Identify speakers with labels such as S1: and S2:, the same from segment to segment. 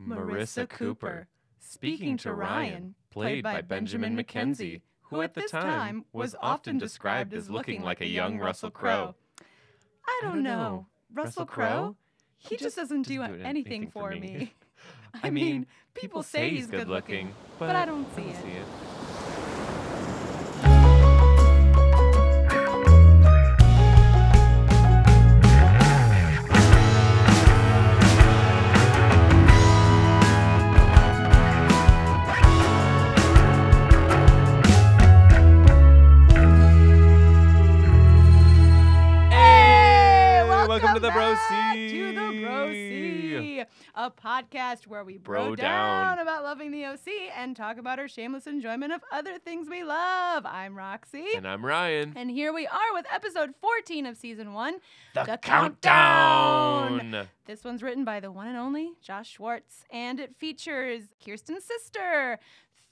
S1: Marissa Cooper, speaking to Ryan, played by Benjamin McKenzie, who at the time was often described as looking like a young Russell Crowe.
S2: I don't know.
S1: Russell
S2: Russell
S1: Crowe?
S2: Crowe? He just doesn't do anything for me.
S1: I mean, people say he's good looking, but I don't see
S2: it.
S1: it. Hey, welcome, to the Bro
S2: back To the Bro
S1: Sea.
S2: Sea, a podcast where we bro,
S1: Bro
S2: down.
S1: down.
S2: about loving the OC and talk about our shameless enjoyment of other things we love. I'm Roxy,
S1: And I'm Ryan.
S2: and here we are with episode 14 of season one. The This one's written by the one and only Josh Schwartz, and it features Kirsten's sister,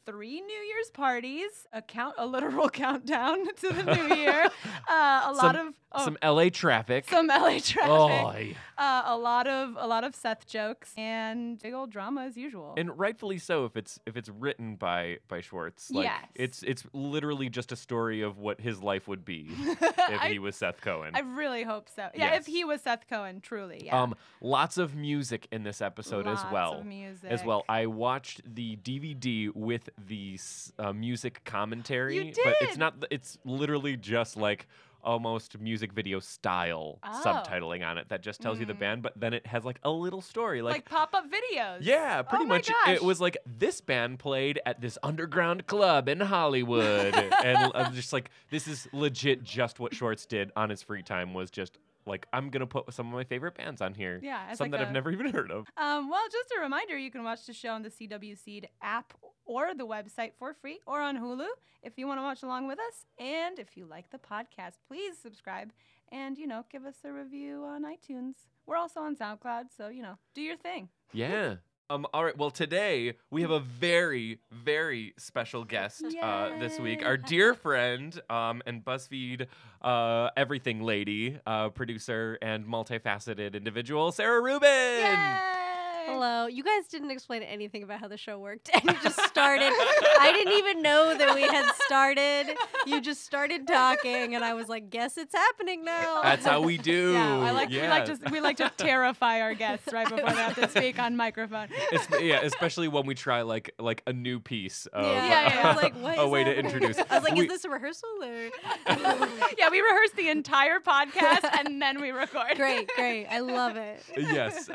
S2: three New Year's parties, a count, a literal countdown to the new year, uh, a lot
S1: Some-
S2: of oh,
S1: Some LA traffic.
S2: some LA traffic,
S1: Oh, yeah.
S2: uh, a lot of a lot of Seth jokes, and big old drama as usual.
S1: and rightfully so if it's if it's written by by Schwartz. Like
S2: Yes.
S1: it's it's literally just a story of what his life would be if
S2: I,
S1: he was Seth Cohen.
S2: I really hope so. Yeah,
S1: Yes.
S2: if he was Seth Cohen, truly. Yeah.
S1: Um lots of music in this episode
S2: Lots
S1: as well.
S2: Of music.
S1: As well, I watched the DVD with the s- uh, music commentary,
S2: You
S1: but it's
S2: did?
S1: not. th- It's literally just like almost music video style
S2: Oh.
S1: subtitling on it that just tells you the
S2: Mm.
S1: band, but then it has like a little story,
S2: like,
S1: like
S2: pop-up videos.
S1: Yeah, pretty
S2: Oh my
S1: much.
S2: gosh.
S1: It was like this band played at this underground club in Hollywood, and I'm just like, this is legit. Just what Schwartz did on his free time was just like, I'm gonna put some of my favorite bands on here.
S2: Yeah, as
S1: some
S2: like
S1: that
S2: a-
S1: I've never even heard of.
S2: Um, well, just a reminder you can watch the show on the CW Seed app or the website for free or on Hulu if you want to watch along with us. And if you like the podcast, please subscribe and, you know, give us a review on iTunes. We're also on SoundCloud, so, you know, do your thing.
S1: Yeah. Um, all right. Well, today we have a very, very special guest uh, this week. Our
S2: Yay.
S1: dear friend um, and BuzzFeed uh, Everything Lady uh, producer and multifaceted individual, Sarah Rubin.
S2: Yay!
S3: Hello. You guys didn't explain anything about how the show worked, and you just started. I didn't even know that we had started. You just started talking, and I was like, "Guess it's happening now."
S1: That's how we do.
S2: Yeah, I like, we, like
S1: Yeah.
S2: to, we like to terrify our guests right before they have to speak on microphone.
S1: Espe- yeah, especially when we try like like a new piece of uh,
S3: Yeah,
S2: Yeah, yeah,
S3: I was like, "What is
S1: oh. a way to
S3: happening?"
S1: introduce.
S3: I was like,
S1: We-
S3: "Is this a rehearsal?" Or...
S2: yeah, we rehearse the entire podcast and then we record.
S3: great, great. I love it.
S1: yes.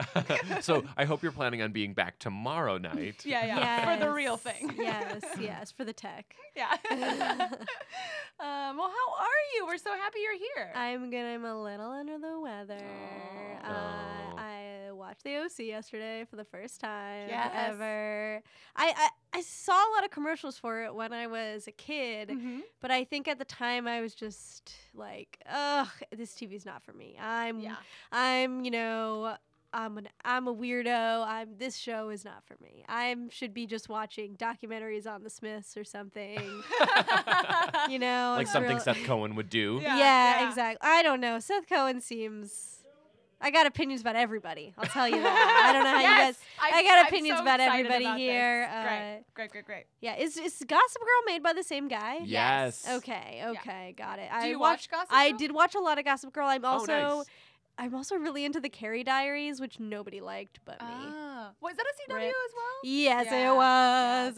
S1: so I hope you're planning on being back tomorrow night.
S2: Yeah, yeah. For the real
S3: Yes,
S2: thing.
S3: yes, yes, for the tech.
S2: Yeah. um, well, how are you? We're so happy you're here.
S3: I'm good. I'm a little under the weather.
S2: Oh.
S1: Oh.
S3: Uh, I watched The OC yesterday for the first time
S2: Yes.
S3: ever. I, I I saw a lot of commercials for it when I was a kid,
S1: Mm.
S2: Mhm.
S3: but I think at the time I was just like, ugh, this TV's not for me. I'm
S2: Yeah.
S3: I'm you know. I'm an I'm a weirdo. I'm this show is not for me. I should be just watching documentaries on the Smiths or something. you know,
S1: Like
S3: it's
S1: something
S3: real-
S1: Seth Cohen would do.
S2: Yeah,
S3: yeah,
S2: yeah.
S3: exactly. I don't know. Seth Cohen seems. I got opinions about everybody. I'll tell you that. I don't know how
S2: Yes,
S3: you guys.
S2: I'm-
S3: I got
S2: I'm
S3: opinions
S2: so
S3: about
S2: excited
S3: everybody
S2: about this.
S3: here, uh,
S2: great, great, great, great.
S3: Yeah, is is Gossip Girl made by the same guy?
S1: Yes.
S3: Okay. Okay. Got it. I
S2: Do you
S3: watched.
S2: watch Gossip
S3: I
S2: Girl?
S3: did watch a lot of Gossip Girl. I'm also.
S1: oh, nice.
S3: I'm also really into the Carrie Diaries, which nobody liked but me.
S2: Oh. Was that a CW
S3: Rip.
S2: as well?
S3: Yes,
S2: Yeah,
S3: it was.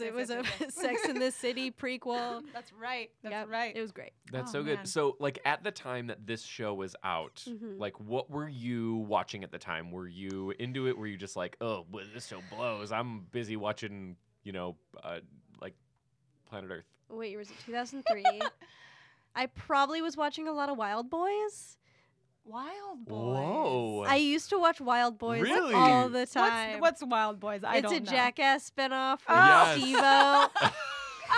S2: yes, yes,
S3: it was
S2: yes,
S3: a
S2: yes, yes.
S3: Sex in the City prequel.
S2: That's right. That's
S3: Yep,
S2: right.
S3: It was great.
S1: That's
S2: Oh,
S1: so good.
S2: man. Mm-hmm.
S1: So like at the time that this show was out,
S3: Mhm.
S1: like what were you watching at the time? Were you into it? Were you just like, oh, well, this show blows. I'm busy watching, you know, uh, like Planet Earth.
S3: what year was it? 2003. I probably was watching a lot of Wild Boys.
S2: Wild Boys.
S1: Whoa.
S3: I used to watch Wild Boys
S1: Really?
S3: all the
S2: What's,
S3: time.
S2: what's Wild Boys? I
S3: it's
S2: don't
S3: a
S2: know.
S3: jackass spinoff with
S1: Oh.
S3: Steve-O.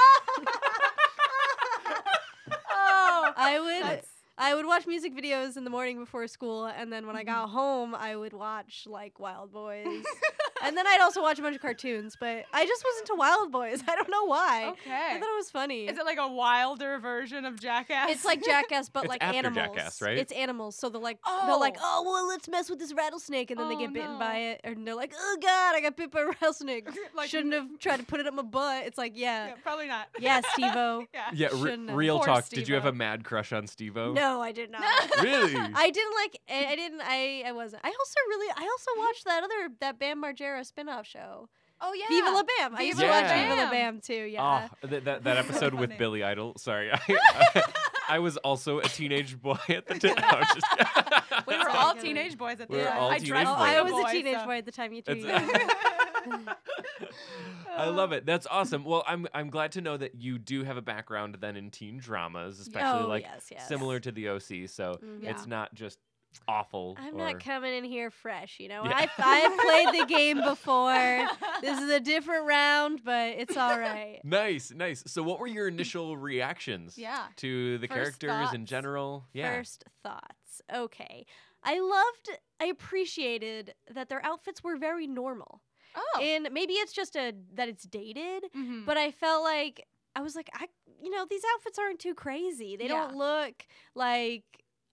S2: oh,
S3: I would
S2: that's-
S3: I would watch music
S2: Mm-hmm.
S3: videos in the morning before school and then when I got home I would watch like Wild Boys and then I'd also watch a bunch of cartoons, but I just was into Wild Boys. I don't know why. I
S2: Okay.
S3: thought it was funny.
S2: Is it like a wilder version of Jackass?
S3: It's like Jackass, but
S1: It's
S3: like
S1: after
S3: animals.
S1: Jackass, right?
S3: It's animals. So they're like, they're like, oh well, let's mess with this rattlesnake, and then they
S2: Oh,
S3: get bitten
S2: no.
S3: by it, and they're like, oh god, I got bit by a rattlesnake.
S2: Like-
S3: Shouldn't have tried to put it up my butt. It's like, yeah,
S2: Yeah, probably not.
S3: yeah, Stevo.
S2: Yeah.
S1: Yeah, re-
S3: Shouldn't have.
S1: real
S2: Poor
S1: talk. Did you have a
S2: Steve-O.
S1: mad crush on Stevo?
S3: No, I did not.
S1: Mm. Really?
S3: I didn't like. I, I didn't. I. I wasn't. I also really. I also watched that other that Bam Margera spin-off show,
S2: Oh yeah.
S3: Viva La Bam. I used to
S1: Viva La
S3: watch Viva La
S2: Bam.
S3: Bam too. Yeah.
S1: Oh, th- that, that episode with
S2: Funny.
S1: Billy Idol. Sorry. I, I was also a teenage boy at the time. No, I'm just-
S2: We were all teenage boys at the
S1: We were
S2: time.
S1: all
S2: I
S1: teenage
S2: dressed
S1: boys.
S3: Oh,
S2: like
S3: I
S1: Viva
S3: was
S2: boy,
S3: a teenage
S2: so-
S3: boy at the time you
S1: It's-
S3: tweeted. Uh.
S1: I love it. That's awesome. Well, I'm I'm glad to know that you do have a background then in teen dramas, especially
S3: Oh,
S1: like
S3: yes, yes.
S1: similar to the OC. So
S3: Mhm.
S2: Yeah.
S1: it's not just awful.
S3: I'm
S1: or-
S3: not coming in here fresh, you know.
S1: Yeah.
S3: I've, I've played the game before. This is a different round, but it's all right.
S1: Nice, nice. So, what were your initial reactions?
S2: Yeah.
S1: To the
S2: First
S1: characters in
S3: Mm. thoughts.
S1: general. Yeah.
S3: First thoughts. Okay. I loved, I appreciated that their outfits were very normal.
S2: Oh.
S3: And maybe it's just a that it's dated,
S2: Mhm.
S3: but I felt like I was like, I, you know, these outfits aren't too crazy. They don't look like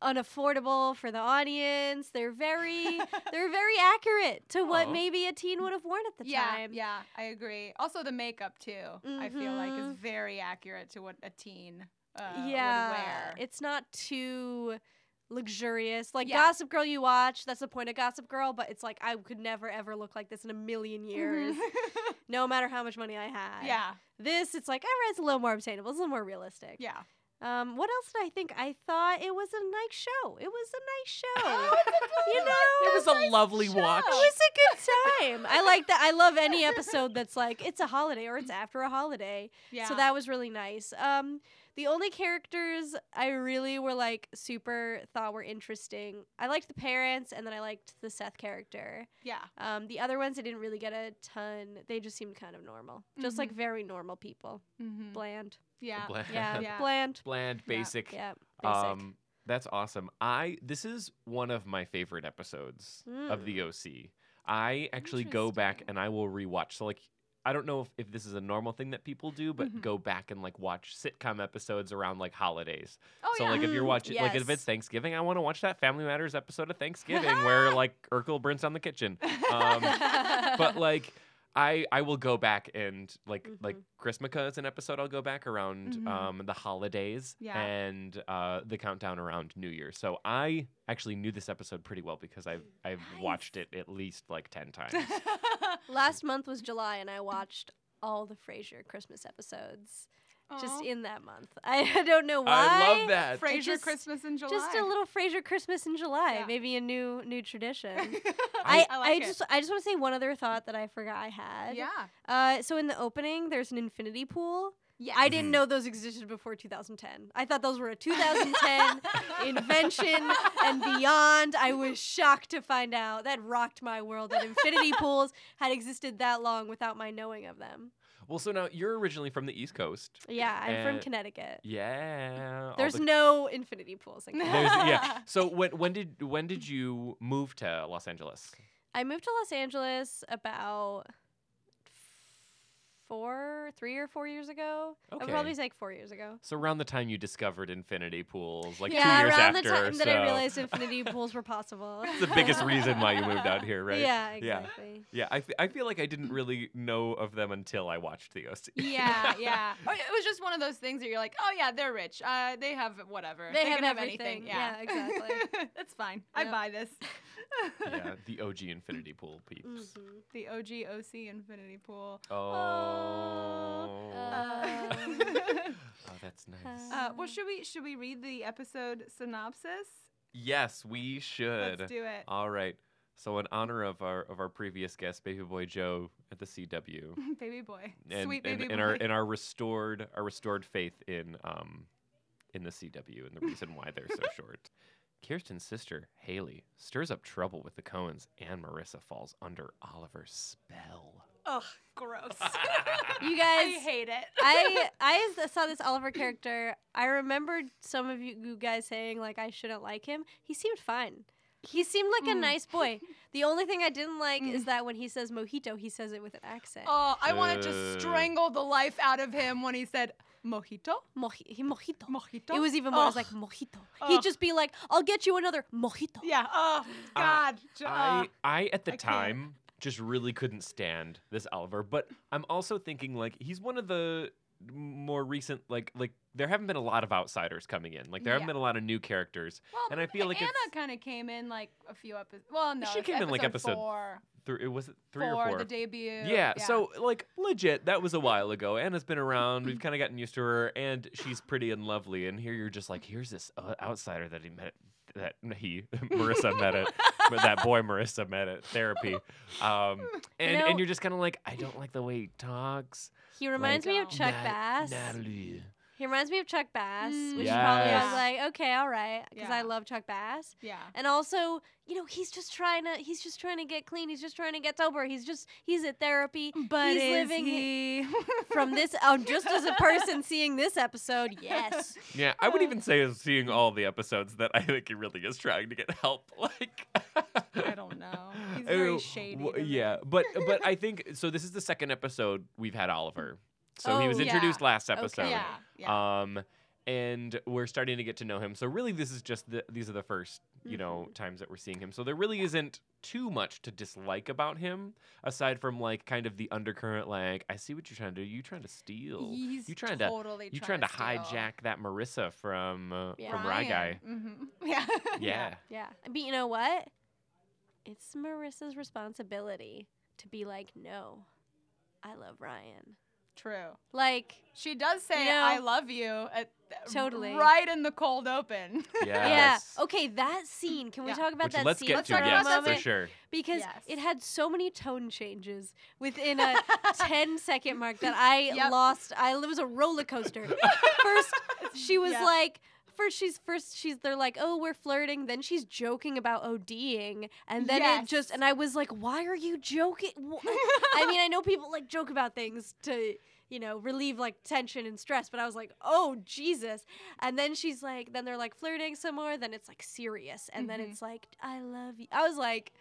S3: unaffordable for the audience. They're very, they're very accurate to what
S1: Aw.
S3: maybe a teen would have worn at the
S2: Oh. Mm. yeah,
S3: time.
S2: yeah, I agree. Also, the makeup too. I feel like
S3: Mhm.
S2: is very accurate to what a teen uh,
S3: yeah,
S2: would wear.
S3: it's not too luxurious. Like
S2: Yeah.
S3: Gossip Girl, you watch. That's the point of Gossip Girl. But it's like I could never ever look like this in a million years,
S2: Mhm.
S3: no matter how much money I had.
S2: yeah,
S3: This, it's like all right, it's a little more obtainable. It's a little more realistic.
S2: yeah.
S3: Um, what else did I think? I thought it was a nice show. It was Oh, a nice
S2: Oh,
S3: show.
S2: you
S3: you know,
S1: it was a lovely watch.
S3: It was a good time. I like that. I love any episode that's like it's a holiday or it's after a holiday.
S2: yeah.
S3: So that was really nice. Um, the only characters I really were like super thought were interesting. I liked the parents, and then I liked the Seth character.
S2: yeah,
S3: Um, the other ones I didn't really get a ton. They just seemed kind of normal, just
S2: Mm-hmm.
S3: like very normal people.
S2: Mhm.
S3: Bland.
S2: yeah,
S1: Bland,
S3: Yeah.
S2: Yeah.
S3: Bland.
S1: bland,
S2: Yeah.
S1: basic.
S3: Yeah. Basic.
S1: Um, that's awesome. I this is one of my favorite episodes of the OC. I actually go back
S2: Hmm. Interesting.
S1: and I will rewatch. So like I don't know if, if this is a normal thing that people do, but
S2: Mhm.
S1: go back and like watch sitcom episodes around like holidays.
S2: Oh
S1: so
S2: yeah.
S1: like if you're
S3: Mm,
S1: watching like if
S3: yes.
S1: it's Thanksgiving, I want to watch that Family Matters episode of Thanksgiving where like Urkel burns down the kitchen. Um, but like I I will go back and like
S3: Mm-hmm.
S1: like Chrismica is an episode I'll go back around
S2: Mhm.
S1: um the holidays
S2: Yeah.
S1: and uh the countdown around New Year. So I actually knew this episode pretty well because I've I've
S2: Nice.
S1: watched it at least like ten times.
S3: Last month was July, and I watched all the Frasier Christmas episodes
S2: Aw.
S3: just in that month. I don't know why.
S1: I love that.
S2: Frasier
S3: just-
S2: Christmas in July.
S3: Just a little Frasier Christmas in July,
S2: Yeah.
S3: maybe a new new tradition.
S2: I,
S3: I,
S2: like it.
S3: just I just want to say one other thought that I forgot I had.
S2: yeah.
S3: Uh, so in the opening, there's an infinity pool.
S2: Yeah.
S3: I didn't
S1: Mhm.
S3: know those existed before 2010. I thought those were a 2010 invention and beyond. I was shocked to find out that rocked my world that infinity pools had existed that long without my knowing of them.
S1: Well, so now you're originally from the East Coast.
S3: Yeah, I'm from
S1: And-
S3: Connecticut.
S1: Yeah. all
S3: There's
S1: the-
S3: no infinity pools in Connecticut.
S1: there's, yeah. So when when did when did you move to Los Angeles?
S3: I moved to Los Angeles about four, three or four years ago. I would probably
S1: Okay.
S3: say like four years ago.
S1: So around the time you discovered infinity pools, like
S3: yeah,
S1: two years
S3: around
S1: after.
S3: the time that
S1: so.
S3: I realized infinity pools were possible.
S1: It's the biggest reason why you moved out here, right?
S3: Yeah,
S1: Yeah.
S3: exactly.
S1: Yeah, I, f- I feel like I didn't really know of them until I watched the OC.
S2: yeah, yeah. Oh, It was just one of those things that you're like, oh yeah, they're rich. Uh, they have whatever.
S3: They
S2: can
S3: have
S2: have anything.
S3: everything. Yeah, exactly.
S2: That's fine. I
S3: Yep.
S2: buy this.
S1: yeah, the OG Infinity Pool peeps.
S2: Mm-hmm.
S3: Mhm.
S2: The OG OC Infinity Pool.
S1: Oh.
S3: Um,
S1: oh, that's nice.
S2: Uh, well, should we should we read the episode synopsis?
S1: yes, we should.
S2: Let's do it.
S1: All right. So in honor of our of our previous guest, Baby Boy Joe at the CW,
S2: baby boy.
S1: and,
S2: Sweet
S1: and,
S2: baby
S1: and
S2: boy.
S1: our and our restored our restored faith in um in the CW and the reason why they're so short. Kirsten's sister Haley stirs up trouble with the Cohens, and Marissa falls under Oliver's spell.
S2: Ugh, gross.
S3: you
S2: I
S3: guys,
S2: hate it.
S3: I I s- saw this Oliver character. I remembered some of you, you guys saying like I shouldn't like him. He seemed fine. He seemed like a
S2: Mm.
S3: nice boy. The only thing I didn't like
S2: Mm.
S3: is that when he says mojito, he says it with an accent.
S2: Oh, I want to
S1: Uh.
S2: just strangle the life out of him when he said mojito,
S3: Moji- he- mojito.
S2: mojito.
S3: It was even more. It was
S1: Oh.
S2: Ugh.
S3: like mojito.
S2: Ugh.
S3: He'd just be like, "I'll get you another mojito."
S2: yeah. Oh God. j- uh,
S1: I I at the
S2: I can't.
S1: time just really couldn't stand this Oliver, but I'm also thinking like he's one of the more recent like like there haven't been a lot of outsiders coming in. Like there haven't
S2: Yeah.
S1: been a lot of new characters
S2: well,
S1: and I feel like
S2: Anna
S1: it's-
S2: kind of came in like a few episodes. Well, no,
S1: She
S2: it's
S1: came in, like, episode
S2: four,
S1: through it was it three
S2: four,
S1: or four.
S2: the debut.
S1: yeah, so like legit, that was a while ago. Anna's been around. We've kind of gotten used to her, and she's pretty and lovely. And here you're just like, here's this uh, outsider that he met, that he Marissa met at, but that boy Marissa met at therapy. Um, and
S3: know-
S1: and you're just kind of like, I don't like the way he talks.
S3: He reminds me of
S2: Down.
S3: Chuck
S1: Nat-
S3: Bass.
S1: Natalie.
S3: He reminds me of Chuck Bass,
S2: Mm.
S3: which is probably I was
S2: Yes.
S3: like, okay, all right, because I
S2: Yeah.
S3: love Chuck Bass.
S2: yeah.
S3: And also, you know, he's just trying to he's just trying to get clean. He's just trying to get sober. He's just he's at therapy.
S2: But
S3: he's
S2: is
S3: living
S2: he?
S3: From this, oh, just as a person seeing this episode, yes.
S1: Yeah, I would
S3: Oh.
S2: Uh.
S1: even say is seeing all the episodes that I think he really is trying to get help. Like,
S2: I don't know. He's very
S1: Oh,
S2: shady.
S1: w-
S2: doesn't he?
S1: yeah, but but I think so. This is the second episode we've had Oliver. So he was
S3: Oh,
S2: yeah.
S1: introduced last
S3: Okay.
S1: episode.
S2: Yeah. yeah.
S1: Um, and we're starting to get to know him. So really, this is just the, these are the first you know times that we're seeing him. So there really isn't too much to dislike about him, aside from like kind of the undercurrent. Like, I see what you're trying to do. You trying to steal.
S2: He's
S1: you trying to-
S2: totally
S1: you trying to
S2: steal
S1: hijack that Marissa from uh,
S3: Yeah.
S1: from Rye Guy.
S2: Mhm. Yeah.
S1: Yeah.
S3: Yeah. But you know what? It's Marissa's responsibility to be like, no, I love Ryan.
S2: True.
S3: Like,
S2: She does say
S3: You know-
S2: "I love you" at th-
S3: Totally.
S2: right in the cold open.
S1: Yes.
S3: yeah. Okay, that scene. Can we
S2: Yeah.
S3: talk about
S1: Which
S3: that
S1: let's
S3: scene
S1: get
S2: Let's
S1: to
S2: talk
S3: for a
S2: about
S1: yes
S2: that
S1: for
S3: moment?
S1: sure.
S3: Because
S2: Yes.
S3: it had so many tone changes within a 10 second mark that I
S2: Yep.
S3: lost. I it was a roller coaster. First, she was
S2: Yeah.
S3: like. First she's first she's they're like oh we're flirting then she's joking about ODing and then it
S2: Yes.
S3: just and I was like why are you joking Wh- I mean, I know people like joke about things to, you know, relieve like tension and stress, but I was like, oh, Jesus. And then she's like, then they're like flirting some more, then it's like serious. And then
S2: Mhm.
S3: it's like, I love you. I was like,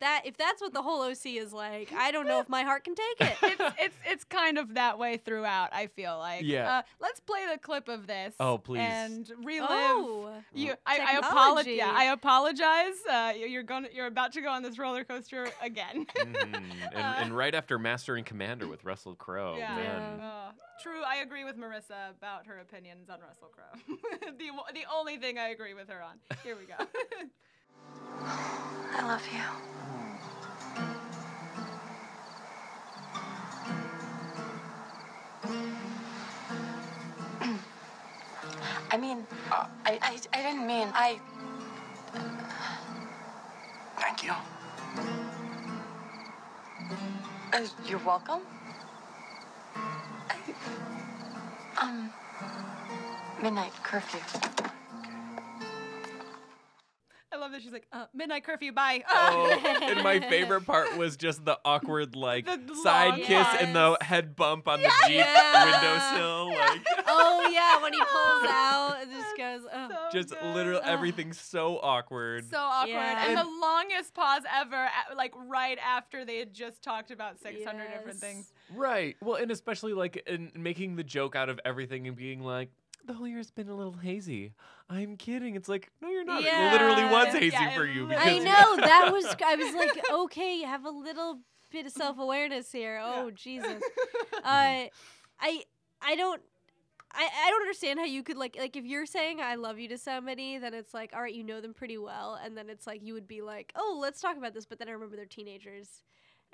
S3: that, if that's what the whole OC is like, I don't know if my heart can take it.
S2: it's, it's it's kind of that way throughout. I feel like.
S1: Yeah.
S2: Uh, let's play the clip of this.
S1: Oh, please.
S2: And relive.
S3: Oh,
S2: You, I, I apologize. Yeah,
S3: Technology.
S2: I apologize. Uh, you- you're going. to You're about to go on this roller coaster again.
S1: Mhm. and,
S2: Uh,
S1: and right after Master and Commander with Russell Crowe.
S2: Yeah.
S1: man.
S2: Uh, true. I agree with Marissa about her opinions on Russell Crowe. the o- the only thing I agree with her on. Here we go.
S4: I love you. I mean, I, I, I didn't mean, I.
S5: Thank you.
S4: Uh, you're welcome. I, um, midnight curfew.
S2: I love that she's like uh, midnight curfew. Bye.
S1: Oh, and my favorite part was just the awkward like
S2: The d-
S1: side
S2: long
S1: kiss and the
S2: pause.
S1: head bump on the Jeep
S3: Yeah.
S1: windowsill. Like
S3: oh, yeah, when he pulls out and just goes, oh.
S2: So
S1: just
S2: good.
S1: literally
S3: Ugh.
S1: everything's so awkward.
S2: So awkward. And,
S3: Yeah.
S2: the longest pause ever, at, like right after they had just talked about 600 different
S3: Yes.
S2: things.
S1: right. Well, and especially like in making the joke out of everything and being like the whole year's been a little hazy. I'm kidding. It's like, no, you're not. It literally
S3: Yeah.
S1: was hazy
S2: Yeah, it
S1: for you.
S2: literally-
S1: Because
S3: I
S1: you-
S3: know, that was, I was like, okay, have a little bit of self awareness here. Oh, Jesus.
S2: Mm-hmm.
S3: uh, I I don't I, I don't understand how you could like like if you're saying I love you to somebody, then it's like all right, you know them pretty well, and then it's like you would be like, oh, let's talk about this, but then I remember they're teenagers,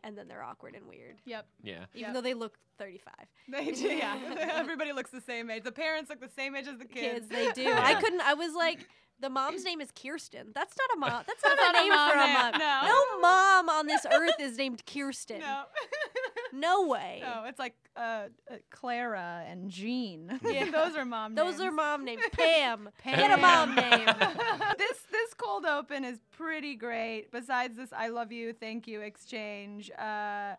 S3: and then they're awkward and weird,
S2: Yep.
S1: Yeah.
S3: even
S2: Yep.
S3: though they look 35.
S2: They do. Yeah. Everybody looks the same age. The parents look the same age as the
S3: Kids,
S2: kids.
S3: they do.
S1: Yeah.
S3: I couldn't. I was like. The mom's name is Kirsten. That's not a mom. That's not
S2: That's
S3: a name for a mom.
S2: name. No.
S3: No mom on this earth is named Kirsten.
S2: No.
S3: No way.
S2: no. It's like uh, uh, Clara and Jean.
S3: Yeah.
S2: Those are mom
S3: Those are
S2: names.
S3: mom names. Pam.
S2: Pam.
S3: Get a mom name.
S2: this this cold open is pretty great. Besides this, I love you, thank you exchange. Uh,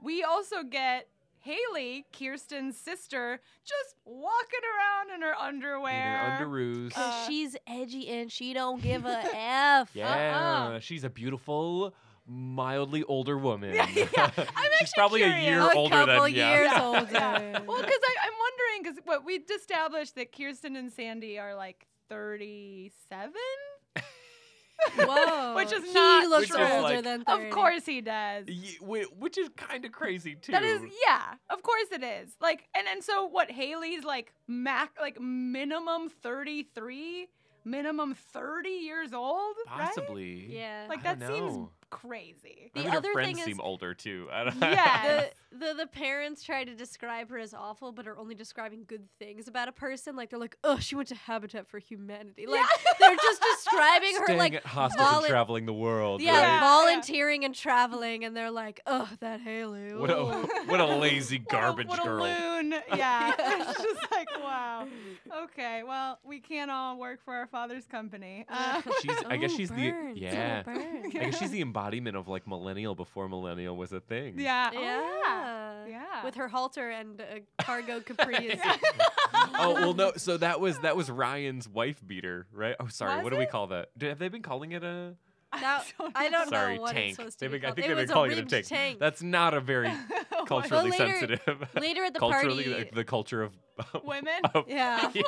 S2: we also get Haley, Kirsten's sister, just walking around in her underwear.
S1: Under ruse.
S3: Oh,
S2: Uh,
S3: she's edgy and she don't give a f.
S1: yeah,
S2: Uh-uh.
S1: she's a beautiful, mildly older woman.
S2: Yeah, yeah. I'm
S1: she's probably a year
S2: curious.
S3: a
S1: older
S3: couple
S1: than yeah.
S3: years
S2: Yeah.
S3: older.
S2: Yeah. Well, because I'm wondering, because what we established that Kirsten and Sandy are like 37.
S3: Whoa,
S2: Which is
S3: he
S2: not
S3: looks
S1: Which is
S3: older
S1: like-
S3: than 30.
S2: Of course he does.
S1: Ye- whi- which is kind of crazy too.
S2: That is, yeah, of course it is. Like, and and so what? Haley's like mac, like minimum 33, minimum 30 years old, right?
S1: possibly.
S3: Yeah.
S2: Like
S1: I
S2: that
S1: don't
S2: seems
S1: know.
S2: crazy.
S3: The
S1: I mean,
S3: other
S1: her friends
S3: thing is-
S1: seem older too. I don't
S2: Yeah.
S3: the, the the parents try to describe her as awful, but are only describing good things about a person. Like they're like, oh, she went to Habitat for Humanity. Like they're just describing her
S1: Staying
S3: like
S1: at hostels and
S3: volu-
S1: traveling the world.
S3: yeah,
S1: right?
S2: Yeah.
S3: volunteering and traveling, and they're like, oh, that Haley.
S1: What a
S3: ooh."
S1: what a lazy
S2: What a-
S1: garbage
S2: what a
S1: girl.
S2: loon. Yeah.
S3: Yeah.
S2: it's just like, wow. Okay, well, we can't all work for our father's company. Uh,
S1: She's I guess
S3: Oh,
S1: she's the
S3: burn, little
S1: yeah.
S3: burn.
S1: I guess she's the embodiment of like millennial before millennial was a thing.
S2: yeah. Oh, yeah.
S3: yeah.
S2: Yeah.
S3: With her halter and a cargo caprice.
S1: Oh well, no. So that was that was Ryan's wife beater, right? Oh, sorry.
S2: Was
S1: what do we
S2: it?
S1: call that? Do, have they been calling it a?
S3: Now, I don't
S1: sorry,
S3: know what
S1: tank.
S3: it's supposed to
S1: They've
S3: be
S1: been- I
S3: called.
S1: think
S3: It
S1: they've been
S3: was a
S1: calling it a
S3: ribbed
S1: tank.
S3: tank.
S1: That's not a very culturally
S3: later-
S1: sensitive.
S3: Later at the
S1: culturally,
S3: party,
S1: like, the culture of.
S2: Women?
S1: of-
S3: yeah.
S1: yeah.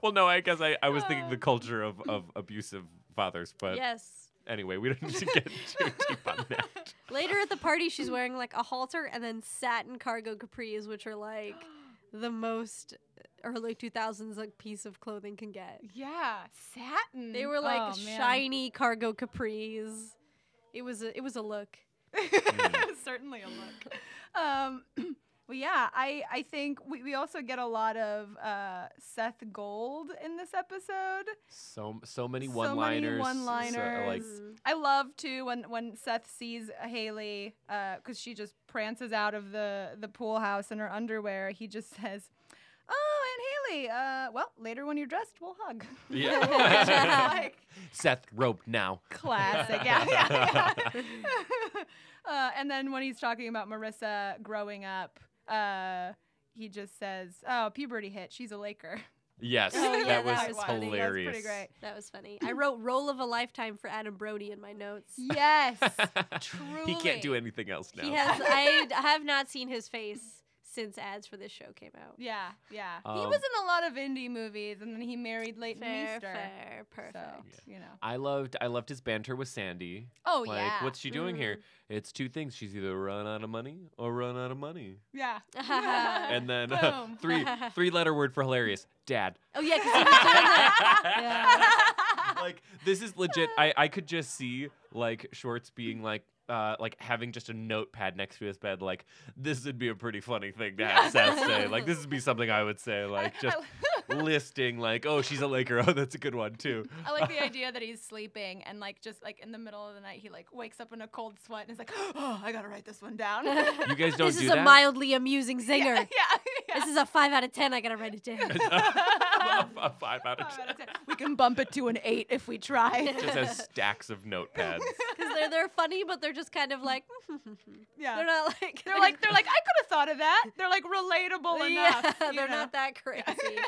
S1: Well, no, I guess I, I was thinking
S2: Uh.
S1: the culture of, of abusive fathers, but
S3: Yes.
S1: anyway, we don't need to get too deep on that.
S3: Later at the party, she's wearing like a halter and then satin cargo capris, which are like the most early 2000s like piece of clothing can get.
S2: Yeah, satin.
S3: They were like
S2: Oh, man.
S3: shiny cargo capris. It was a, it was a look.
S1: Mm.
S2: Certainly a look. Um, well, yeah, I, I think we, we also get a lot of uh, Seth Gold in this episode.
S1: So so many
S2: So many
S1: one-liners. So, like,
S2: one-liners.
S3: Mm.
S2: I love too when when Seth sees Haley because she just prances out of the the pool house in her underwear. He just says, "Oh, Aunt Haley. Uh, well, later when you're dressed, we'll hug." It's
S1: yeah.
S3: Yeah.
S2: like
S1: Seth roped now.
S2: classic. yeah, yeah, yeah. uh, and then when he's talking about Marissa growing up, uh, he just says, "Oh, puberty hit. She's a Laker."
S1: Yes,
S3: Oh, yeah,
S1: that was
S3: that was funny.
S2: That's pretty
S1: hilarious.
S2: great.
S3: That was funny. I wrote "Role of a Lifetime" for Adam Brody in my notes.
S2: Yes.
S1: He can't do
S2: Truly.
S1: anything else now.
S3: He has. I, I have not seen his face since ads for this show came out.
S2: yeah, yeah. he
S1: Um,
S2: was in a lot of indie movies, and then he married Leighton
S3: Fair,
S2: Meester.
S3: fair, perfect.
S2: So, you know.
S1: I loved I loved his banter with Sandy.
S2: Oh
S1: like,
S2: yeah.
S1: what's she doing here?
S3: Mm-hmm.
S1: It's two things. She's either run out of money or run out of money.
S2: yeah.
S1: And then uh,
S2: Boom.
S1: three three letter word for hilarious. Dad.
S3: Oh yeah, because he was doing that.
S1: like this is legit. I, I could just see like Schwartz being like uh like having just a notepad next to his bed like this would be a pretty funny thing to have Seth say. Like this would be something I would say like just listing like oh she's a Laker oh that's a good one too.
S2: I like the idea that he's sleeping and like just like in the middle of the night he like wakes up in a cold sweat and is like, oh, I gotta write this one down. yeah,
S3: Yeah.
S1: You guys don't
S3: this
S1: do
S3: is
S1: that.
S3: a mildly amusing zinger.
S2: yeah.
S3: This is a five out of ten. I gotta write it down.
S1: a a five out of
S2: Five out
S1: ten.
S2: of ten. We can bump it to an eight if we try.
S1: Just has stacks of notepads.
S3: Because they're they're funny, but they're just kind of like
S2: yeah.
S3: they're not like
S2: They're like they're like I could have thought of that. They're like relatable
S3: yeah,
S2: enough.
S3: they're
S2: you know?
S3: not that crazy. Yeah.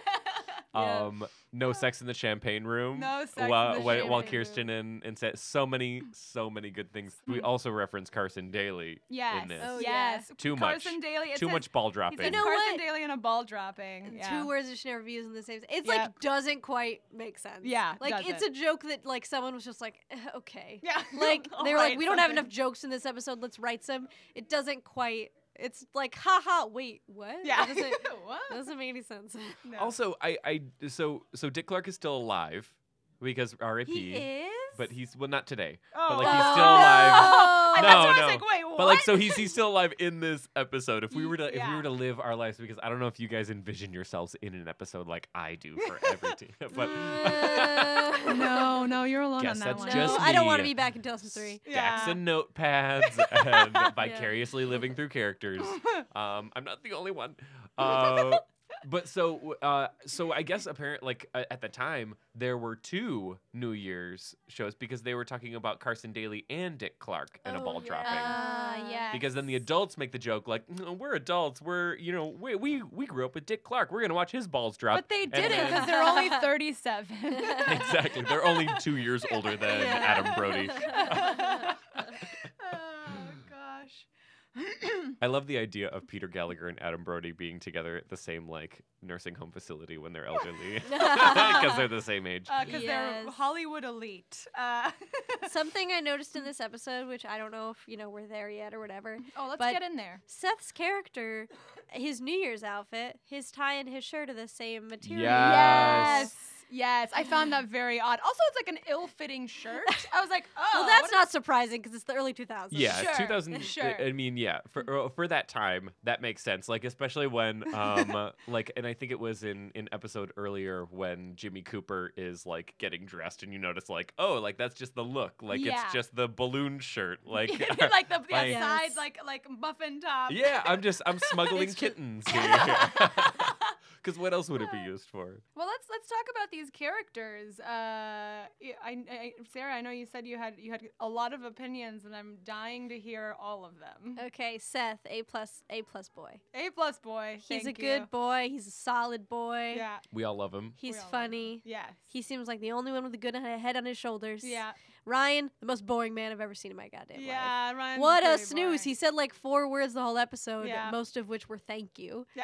S1: Um, no sex in the champagne room.
S2: No sex in
S1: While,
S2: the
S1: while, while
S3: champagne
S1: Kirsten and and said so many so many good things. We also reference Carson Daly
S2: Yes.
S1: in this.
S3: Oh, yeah.
S2: yes.
S1: Too much.
S2: Carson Daly. It
S1: Too
S2: says-
S1: much ball
S2: He
S1: dropping.
S2: says
S3: know
S2: Carson
S3: what?
S2: Daily and a ball dropping. Yeah.
S3: Two words that she never used in the same.
S2: Yep.
S3: It's like doesn't quite make sense.
S2: Yeah,
S3: like it's
S2: doesn't.
S3: a joke that like someone was just like "Eh, okay.
S2: Yeah.
S3: Like
S2: I'll
S3: they were like
S2: write
S3: we don't have
S2: something.
S3: enough jokes in this episode. Let's write some. It doesn't quite. It's like haha. Wait, what?
S2: Yeah.
S3: That doesn't,
S2: What?
S3: that doesn't make any sense.
S2: No.
S1: Also, I, I so so Dick Clark is still alive because R.I.P.
S3: He is.
S1: But he's well not today.
S2: Oh.
S1: But like he's still
S3: Oh,
S1: alive.
S2: I-
S1: No,
S2: that's why I
S1: no.
S2: was like, wait, what?
S1: But like so he's he's still alive in this episode. If we were to if we
S2: Yeah.
S1: were to live our lives because I don't know if you guys envision yourselves in an episode like I do for every team. But
S3: Uh,
S2: no, no, you're alone
S1: Guess
S2: on that
S1: that's
S2: one.
S3: no,
S1: just
S3: I don't want to
S1: me.
S3: be back in 2003.
S1: stacks
S2: Yeah.
S1: of notepads and vicariously living through characters. Um, I'm not the only one. Uh, But so, uh, so I guess apparent like uh, at the time there were two New Year's shows because they were talking about Carson Daly and Dick Clark and a
S3: Oh,
S1: ball
S3: yeah.
S1: dropping.
S2: Ah,
S3: Uh,
S2: yes.
S1: Because then the adults make the joke like, "No, we're adults. We're you know we we, we grew up with Dick Clark. We're gonna watch his balls drop.
S2: But they
S1: And
S2: didn't
S1: then-
S2: because they're only 37.
S1: exactly. They're only two years older than
S3: Yeah.
S1: Adam Brody.
S2: oh gosh.
S1: I love the idea of Peter Gallagher and Adam Brody being together at the same like nursing home facility when they're elderly because they're the same age.
S2: Because Uh, they're
S3: Yes.
S2: Hollywood elite. Uh,
S3: Something I noticed in this episode, which I don't know if you know we're there yet or whatever.
S2: oh, let's
S3: But-
S2: get in there.
S3: Seth's character, his New Year's outfit, his tie and his shirt are the same material.
S1: Yes.
S2: Yes. Yes, I found that very odd. Also, it's like an ill-fitting shirt. I was like, oh,
S3: Well,
S2: what
S3: that's
S2: a-
S3: not surprising because it's the early 2000s.
S1: Yeah,
S2: Sure,
S1: 2000.
S2: sure.
S1: I mean, yeah, for uh, for that time, that makes sense. Like, especially when, um, uh, like, and I think it was in an episode earlier when Jimmy Cooper is like getting dressed, and you notice like, oh, like that's just the look. Like,
S2: Yeah.
S1: it's just the balloon shirt. Like,
S2: like um, the, the
S1: like-
S2: sides,
S3: Yes.
S2: like like muffin top.
S1: yeah, I'm just I'm smuggling
S3: It's just-
S1: kittens here. Because what else would it be used for?
S2: Well, let's let's talk about these characters. Uh, I, I, Sarah, I know you said you had you had a lot of opinions, and I'm dying to hear all of them.
S3: Okay, Seth, A plus, A plus boy.
S2: A plus boy.
S3: He's
S2: thank
S3: a
S2: you.
S3: good boy. He's a solid boy.
S2: Yeah.
S1: We all love him.
S3: He's
S2: all love him.
S3: funny.
S2: Yes.
S3: He seems like the only one with a good he- head on his shoulders.
S2: yeah.
S3: Ryan, the most boring man I've ever seen in my goddamn life.
S2: Yeah. Ryan.
S3: What a snooze. He said like four words the whole episode,
S2: Yeah.
S3: most of which were thank you.
S2: Yeah.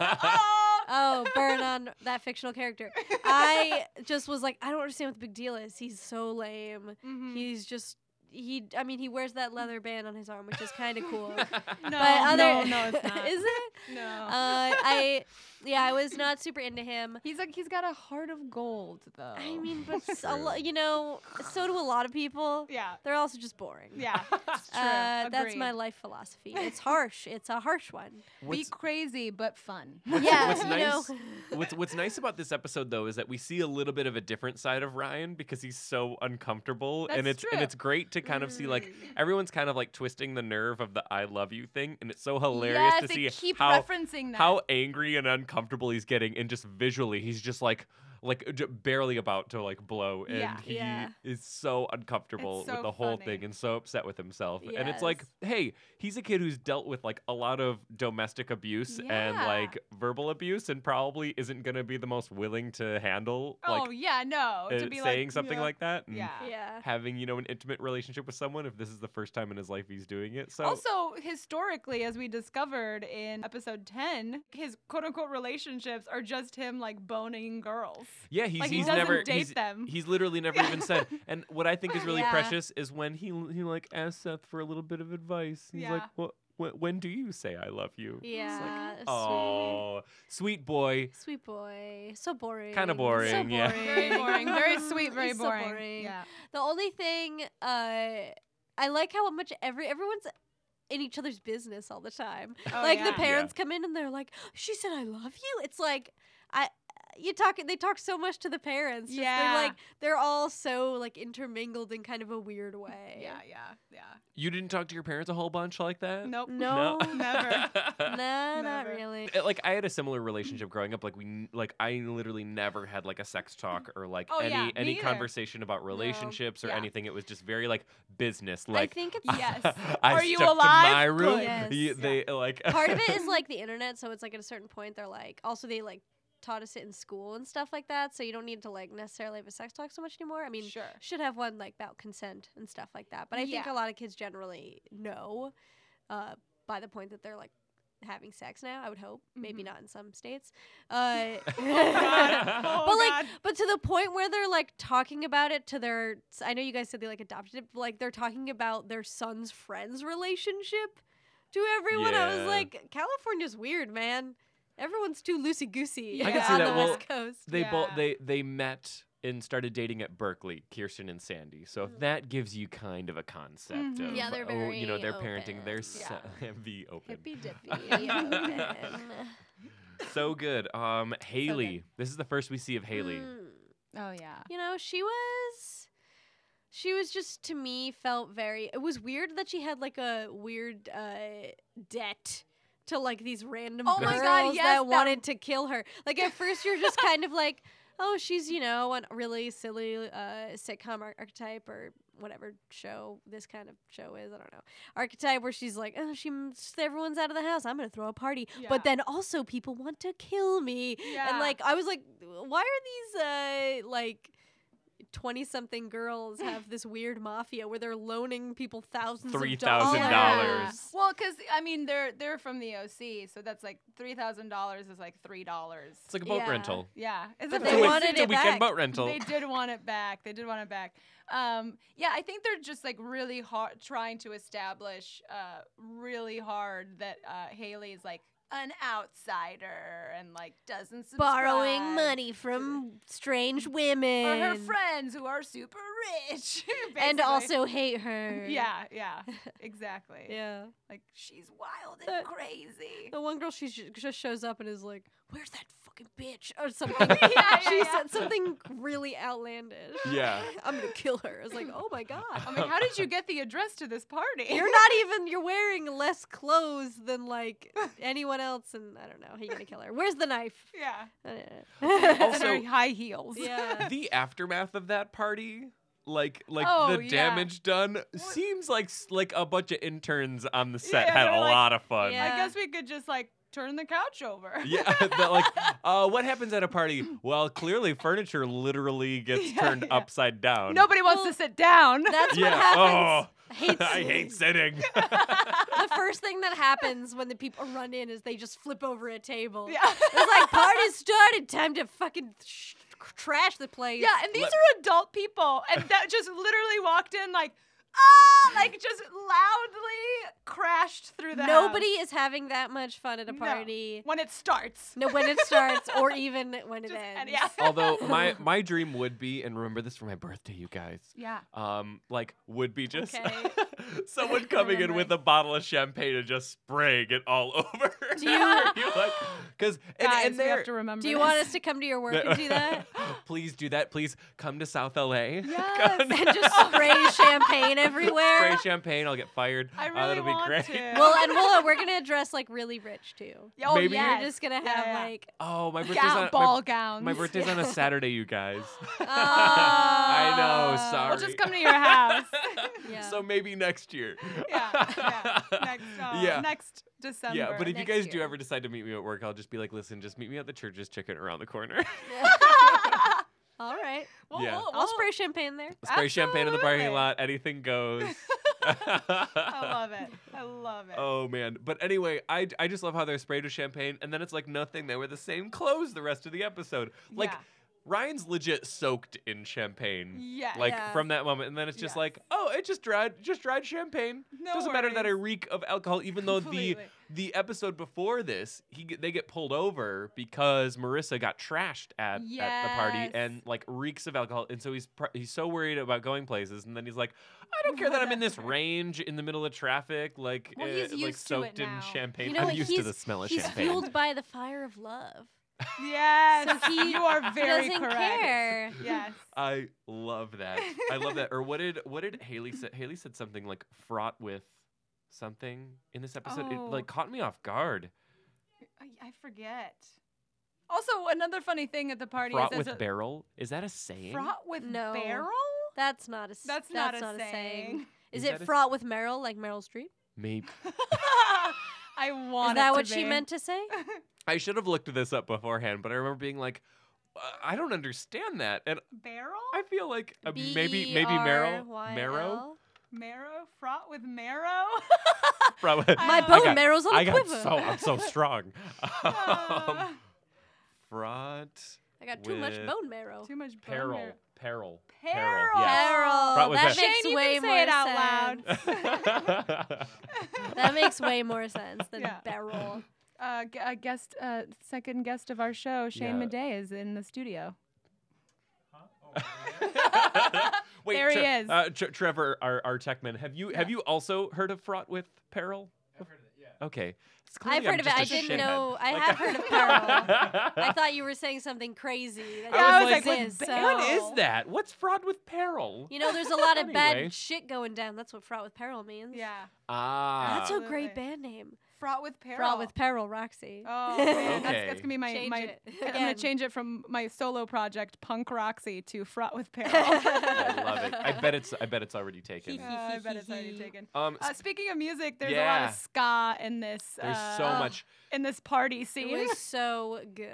S3: Oh, burn on that fictional character. I just was like, I don't understand what the big deal is. He's so lame.
S2: Mhm.
S3: He's just he. I mean, he wears that
S2: Mm.
S3: leather band on his arm, which is kind of cool. but
S2: no,
S3: other,
S2: Oh, no, no, it's not.
S3: is it?
S2: no.
S3: Uh, I yeah, I was not super into him.
S2: he's like he's got a heart of gold, though.
S3: I mean, but s- a
S1: True.
S3: lo- you know, so do a lot of people.
S2: Yeah.
S3: They're also just boring.
S2: Yeah. It's true.
S3: Uh, that's
S2: Agreed.
S3: my life philosophy. It's harsh. It's a harsh one.
S2: Be
S1: What's-
S2: crazy but fun.
S3: yeah,
S1: what's
S3: you
S1: nice-
S3: know.
S1: What's What's nice about this episode though is that we see a little bit of a different side of Ryan because he's so uncomfortable, and
S2: That's
S1: it's and
S2: true. Mm.
S1: it's great to kind of see like everyone's kind of like twisting the nerve of the "I love you" thing, and it's so hilarious
S2: yes,
S1: to
S2: they
S1: see
S2: keep
S1: how
S2: referencing that.
S1: how angry and uncomfortable he's getting, and just visually he's just like like j- barely about to like blow, and
S3: Yeah.
S1: he
S3: Yeah.
S1: is so uncomfortable
S2: It's so
S1: with the whole
S2: funny.
S1: thing and so upset with himself, and it's like
S3: Yes.
S1: hey, he's a kid who's dealt with like a lot of domestic abuse and
S2: Yeah.
S1: like verbal abuse and probably isn't going to be the most willing to handle
S2: oh
S1: like
S2: yeah, no.
S1: uh,
S2: To be
S1: saying
S2: like,
S1: something
S2: yeah.
S1: like that and
S2: Yeah.
S3: yeah.
S1: having, you know, an intimate relationship with someone if this is the first time in his life he's doing it. So
S2: also, historically, as we discovered in episode 10, his quote unquote relationships are just him like boning girls.
S1: yeah, he's
S2: like, he
S1: he's
S2: doesn't
S1: never
S2: date
S1: he's,
S2: them.
S1: He's literally never even said. And what I think is really
S3: Yeah.
S1: precious is when he he like asks Seth for a little bit of advice. He's like,
S2: Yeah.
S1: "What when, when do you say I love you?"
S3: Yeah. sweet.
S1: Oh, sweet boy.
S3: Sweet boy. So boring.
S1: Kinda boring,
S3: So
S1: yeah.
S3: boring.
S2: Very boring. Very sweet, very
S3: It's so
S2: boring.
S3: boring.
S2: Yeah.
S3: The only thing uh, I like how much every everyone's in each other's business all the time.
S2: Oh,
S3: like
S2: yeah.
S3: the parents come in and they're like, "She said I love you." It's like I you talk they talk so much to the parents. just
S2: Yeah.
S3: They're like they're all so like intermingled in kind of a weird way.
S2: Yeah, yeah, yeah.
S1: You didn't talk to your parents a whole bunch like that?
S2: Nope.
S3: No.
S2: Never.
S3: No, not
S2: Never.
S3: really.
S1: Uh, like I had a similar relationship growing up. Like we, n- like I literally never had like a sex talk or like
S2: Oh,
S1: any
S2: yeah, me
S1: any
S2: either.
S1: conversation about relationships or
S2: Yeah.
S1: anything. It was just very like business. Like
S3: I think it's
S2: Yes.
S1: I
S2: Are you
S1: stuck
S2: alive?
S1: to my room.
S3: Good.
S1: Ye-
S3: Yes.
S1: They like
S3: part of it is like the internet so it's like at a certain point they're like also they like taught us it in school and stuff like that so you don't need to like necessarily have a sex talk so much anymore i mean
S2: Sure.
S3: should have one like about consent and stuff like that but i think
S2: Yeah.
S3: a lot of kids generally know uh, by the point that they're like having sex now i would hope maybe
S2: Mhm.
S3: not in some states uh,
S2: God. Oh,
S3: but like
S2: God.
S3: but to the point where they're like talking about it to their i know you guys said they like adopted it but like they're talking about their son's friends relationship to everyone i
S1: Yeah.
S3: was like california's weird man everyone's too loosey goosey
S2: I
S3: on
S2: can see
S3: the
S2: that. Well,
S3: west coast
S1: they both
S2: Yeah.
S1: they they met and started dating at Berkeley, Kirsten and Sandy. So if that gives you kind of a concept
S2: Mhm.
S1: of
S3: Mm. Mm-hmm. Yeah, they're
S1: oh, you know
S3: very
S1: they're parenting their
S3: open.
S1: son the open.
S3: hippy dippy
S1: open. So good. Um Haley. This is the first we see of Haley.
S3: Mm.
S2: Oh yeah.
S3: you know she was she was just to me felt very it was weird that she had like a weird uh debt to like these random
S2: Oh
S3: girls
S2: my God, yes,
S3: that
S2: that-
S3: wanted to kill her. Like at first you're just kind of like, oh, she's you know a really silly uh, sitcom ar- archetype or whatever show this kind of show is. I don't know archetype where she's like, oh, she everyone's out of the house. I'm gonna throw a party,
S2: Yeah.
S3: but then also people want to kill me.
S2: Yeah.
S3: And like I was like, why are these uh, like 20 something girls have this weird mafia where they're loaning people thousands of
S1: $3,000.
S3: dollars.
S2: Oh, Well, because I mean they're they're from the OC, so that's like three thousand dollars is like three dollars.
S1: It's like a boat
S3: Yeah.
S1: rental.
S2: yeah, it's
S3: But
S1: It's
S2: a
S3: they
S1: a
S2: bit-
S1: wee-
S3: wanted
S1: it's a
S3: it
S1: weekend
S3: back.
S1: boat rental.
S2: They did want it back. They did want it back. Um, yeah, I think they're just like really hard trying to establish uh, really hard that uh, Haley's like an outsider and like doesn't subscribe
S3: Borrowing money from strange women.
S2: or her friends who are super rich
S3: And
S2: basically.
S3: also hate her.
S2: yeah, yeah, exactly.
S3: Yeah.
S2: Like she's wild
S3: Uh,
S2: and crazy. Oh
S3: The one girl, she sh- just shows up and is like, Where's that fucking bitch? Or something. she
S2: yeah.
S3: said something really outlandish.
S1: Yeah.
S3: I'm going to kill her. I was like, Oh my God.
S2: I mean, how did you get the address to this party?
S3: You're not even. You're wearing less clothes than like anyone else, and I don't know. How you gonna kill her? Where's the knife?
S2: yeah.
S3: Uh,
S1: Also-
S2: And her high heels.
S3: yeah.
S1: the aftermath of that party like like
S2: Oh,
S1: the
S2: yeah.
S1: damage done seems like s- like a bunch of interns on the set
S2: Yeah,
S1: had
S2: they're
S1: a
S2: like-
S1: lot of fun
S3: Yeah.
S2: I guess we could just like turn the couch over.
S1: Yeah, that like, uh, what happens at a party? Well, clearly furniture literally gets
S2: Yeah,
S1: turned
S2: yeah.
S1: upside down.
S2: Nobody wants
S3: Well,
S2: to sit down.
S3: That's
S1: yeah.
S3: what happens.
S1: Oh,
S3: I hate
S1: I
S3: s-
S1: hate sitting.
S3: The first thing that happens when the people run in is they just flip over a table.
S2: yeah.
S3: It's like party started. Time to fucking sh- trash the place.
S2: yeah, and these
S1: Let-
S2: are adult people and that just literally walked in like ah like just loudly crashed through the
S3: Nobody
S2: house
S3: is having that much fun at a
S2: No.
S3: party.
S2: when it starts.
S3: No, when it starts or even when it
S2: Just-
S3: ends.
S2: and yeah.
S1: Although my my dream would be, and remember this for my birthday, you guys.
S2: Yeah.
S1: Um, like would be just
S3: Okay.
S1: someone coming in
S3: Remember.
S1: with a bottle of champagne and just spraying it all over.
S3: Do you-
S1: because and,
S2: Guys,
S1: and
S2: we
S1: they're
S2: have to remember.
S3: Do you want us to come to your work and do that?
S1: Please do that. Please come to South LA.
S2: Yes.
S1: Come-
S3: and just spray champagne everywhere.
S1: spray champagne. I'll get fired.
S2: I
S1: Uh,
S2: really
S1: that'll
S2: want
S1: be great.
S2: to.
S3: well, and we'll, we're gonna dress like really rich too.
S2: oh,
S1: maybe you're
S2: yes.
S3: We're just gonna have
S2: Yeah, yeah.
S3: like
S1: Oh, my birthday's
S2: Gown-
S1: on
S2: ball
S1: my,
S2: gowns.
S1: my birthday's on a Saturday, you guys.
S3: I
S1: know, sorry.
S2: Ah. We'll just come to your house.
S3: yeah.
S1: So maybe next year.
S2: yeah, yeah. Next, uh,
S1: Yeah.
S2: next December.
S1: yeah, but if you
S3: next
S1: guys do
S3: year.
S1: ever decide to meet me at work, I'll just be like, listen, just meet me at the church's chicken around the corner.
S3: all right,
S2: Well,
S1: Yeah.
S2: we'll-
S3: I'll
S2: we'll-
S3: spray champagne there.
S1: Spray champagne in the parking
S2: Absolutely. Oh.
S1: lot. Anything goes.
S2: I love it. I love it.
S1: Oh man. But anyway, I, I just love how they're sprayed with champagne and then it's like nothing. They wear the same clothes the rest of the episode. Like
S2: Yeah.
S1: Ryan's legit soaked in champagne.
S2: Yes.
S1: Like
S3: Yeah.
S1: from that moment. And then it's just
S2: Yes.
S1: like, oh, it just dried just dried champagne.
S2: No
S1: Doesn't matter that I
S2: worries.
S1: reek of alcohol, even though
S2: Completely.
S1: the the episode before this, he get- they get pulled over because Marissa got trashed at, at the
S2: Yes.
S1: party and like reeks of alcohol. And so he's pr- he's so worried about going places. And then he's like, I don't care that I'm in this
S2: Whatever.
S1: range in the middle of traffic, like
S2: Well,
S1: uh,
S2: he's
S1: like
S2: used to it
S1: soaked in
S2: now.
S1: champagne.
S3: You know
S1: I'm
S3: what?
S1: used
S3: he's,
S1: to the smell of
S3: he's
S1: champagne.
S3: fueled by the fire of love.
S2: yes.
S3: So he
S2: you are very
S3: doesn't
S2: correct.
S3: care.
S2: Yes.
S1: I love that. I love that. Or what did what did Haley say? Haley said something like fraught with something in this episode.
S2: Oh.
S1: It like caught me off guard.
S2: I, I forget. Also, another funny thing at the party
S1: fraught
S2: is
S1: with
S2: as a,
S1: barrel. Is that a saying?
S2: fraught with
S3: No.
S2: barrel.
S3: That's not a. s-
S2: That's, not, a saying.
S3: Is,
S1: Is that
S3: it
S1: a-
S3: fraught with Meryl like Meryl Streep?
S1: Maybe
S2: I want.
S3: Is
S2: it
S3: that
S2: to
S3: what
S2: be.
S3: she meant to say?
S1: Uh, I should have looked this up beforehand, but I remember being like, "Uh, I don't understand that, and
S2: Barrel.
S1: I feel like uh, maybe maybe
S2: E
S1: Meryl Marrow.
S3: B-E-R-Y-L.
S2: Marrow. Fraught with marrow.
S1: From
S3: My
S2: I
S3: bone
S1: got-
S3: marrow's on a
S1: I got
S3: quiver.
S1: so I'm so strong.
S2: Uh,
S1: um, fraught.
S3: I got too much
S1: with
S3: bone marrow.
S2: too much bone
S1: Peril.
S2: marrow.
S1: Peril.
S2: Peril.
S1: yes. Fraught
S3: Meryl.
S1: with
S3: That
S1: Shane,
S3: makes
S2: you
S3: way
S2: can say
S3: more
S2: it out
S3: sense.
S2: loud.
S3: That makes way more sense than
S2: Yeah.
S3: barrel.
S2: uh, gu- uh, guest, uh, second guest of our show, Shane
S1: Yeah.
S2: Madej, is in the studio.
S1: Wait,
S2: There he
S1: Tre-
S2: is.
S1: Uh, Tre- Trevor, our, our tech man, have you have you also heard of fraught with peril? I've heard of it. Yeah. Okay. It's clearly
S3: I've
S1: I'm
S3: heard of it.
S1: just
S3: I
S1: a
S3: didn't
S1: shithead.
S3: know. I
S1: Like,
S3: have heard of peril. I thought you were saying something crazy. That
S1: I
S3: doesn't
S1: was like,
S2: what
S3: exist,
S2: the-
S3: so-
S1: What is that? What's fraud with peril?
S3: You know, there's a lot of
S1: Anyway.
S3: bad shit going down. That's what fraught with peril means.
S2: Yeah.
S1: Ah.
S3: That's a
S2: Absolutely.
S3: great band name.
S2: fraught with peril.
S3: Fraught with peril, Roxy.
S2: Oh man, that's, that's
S1: Okay.
S2: gonna be my
S3: Change
S2: my.
S3: it.
S2: I'm gonna
S3: Again.
S2: change it from my solo project, Punk Roxy, to Fraught with Peril.
S1: I love it. I bet it's I bet it's already taken.
S3: Yeah.
S2: Uh, I bet it's already taken.
S1: Um,
S2: Uh, speaking of music, there's a lot
S1: Yeah.
S2: of ska in this.
S1: there's
S2: uh,
S3: Oh.
S1: so much.
S2: in this party
S3: It
S2: scene.
S3: was so good.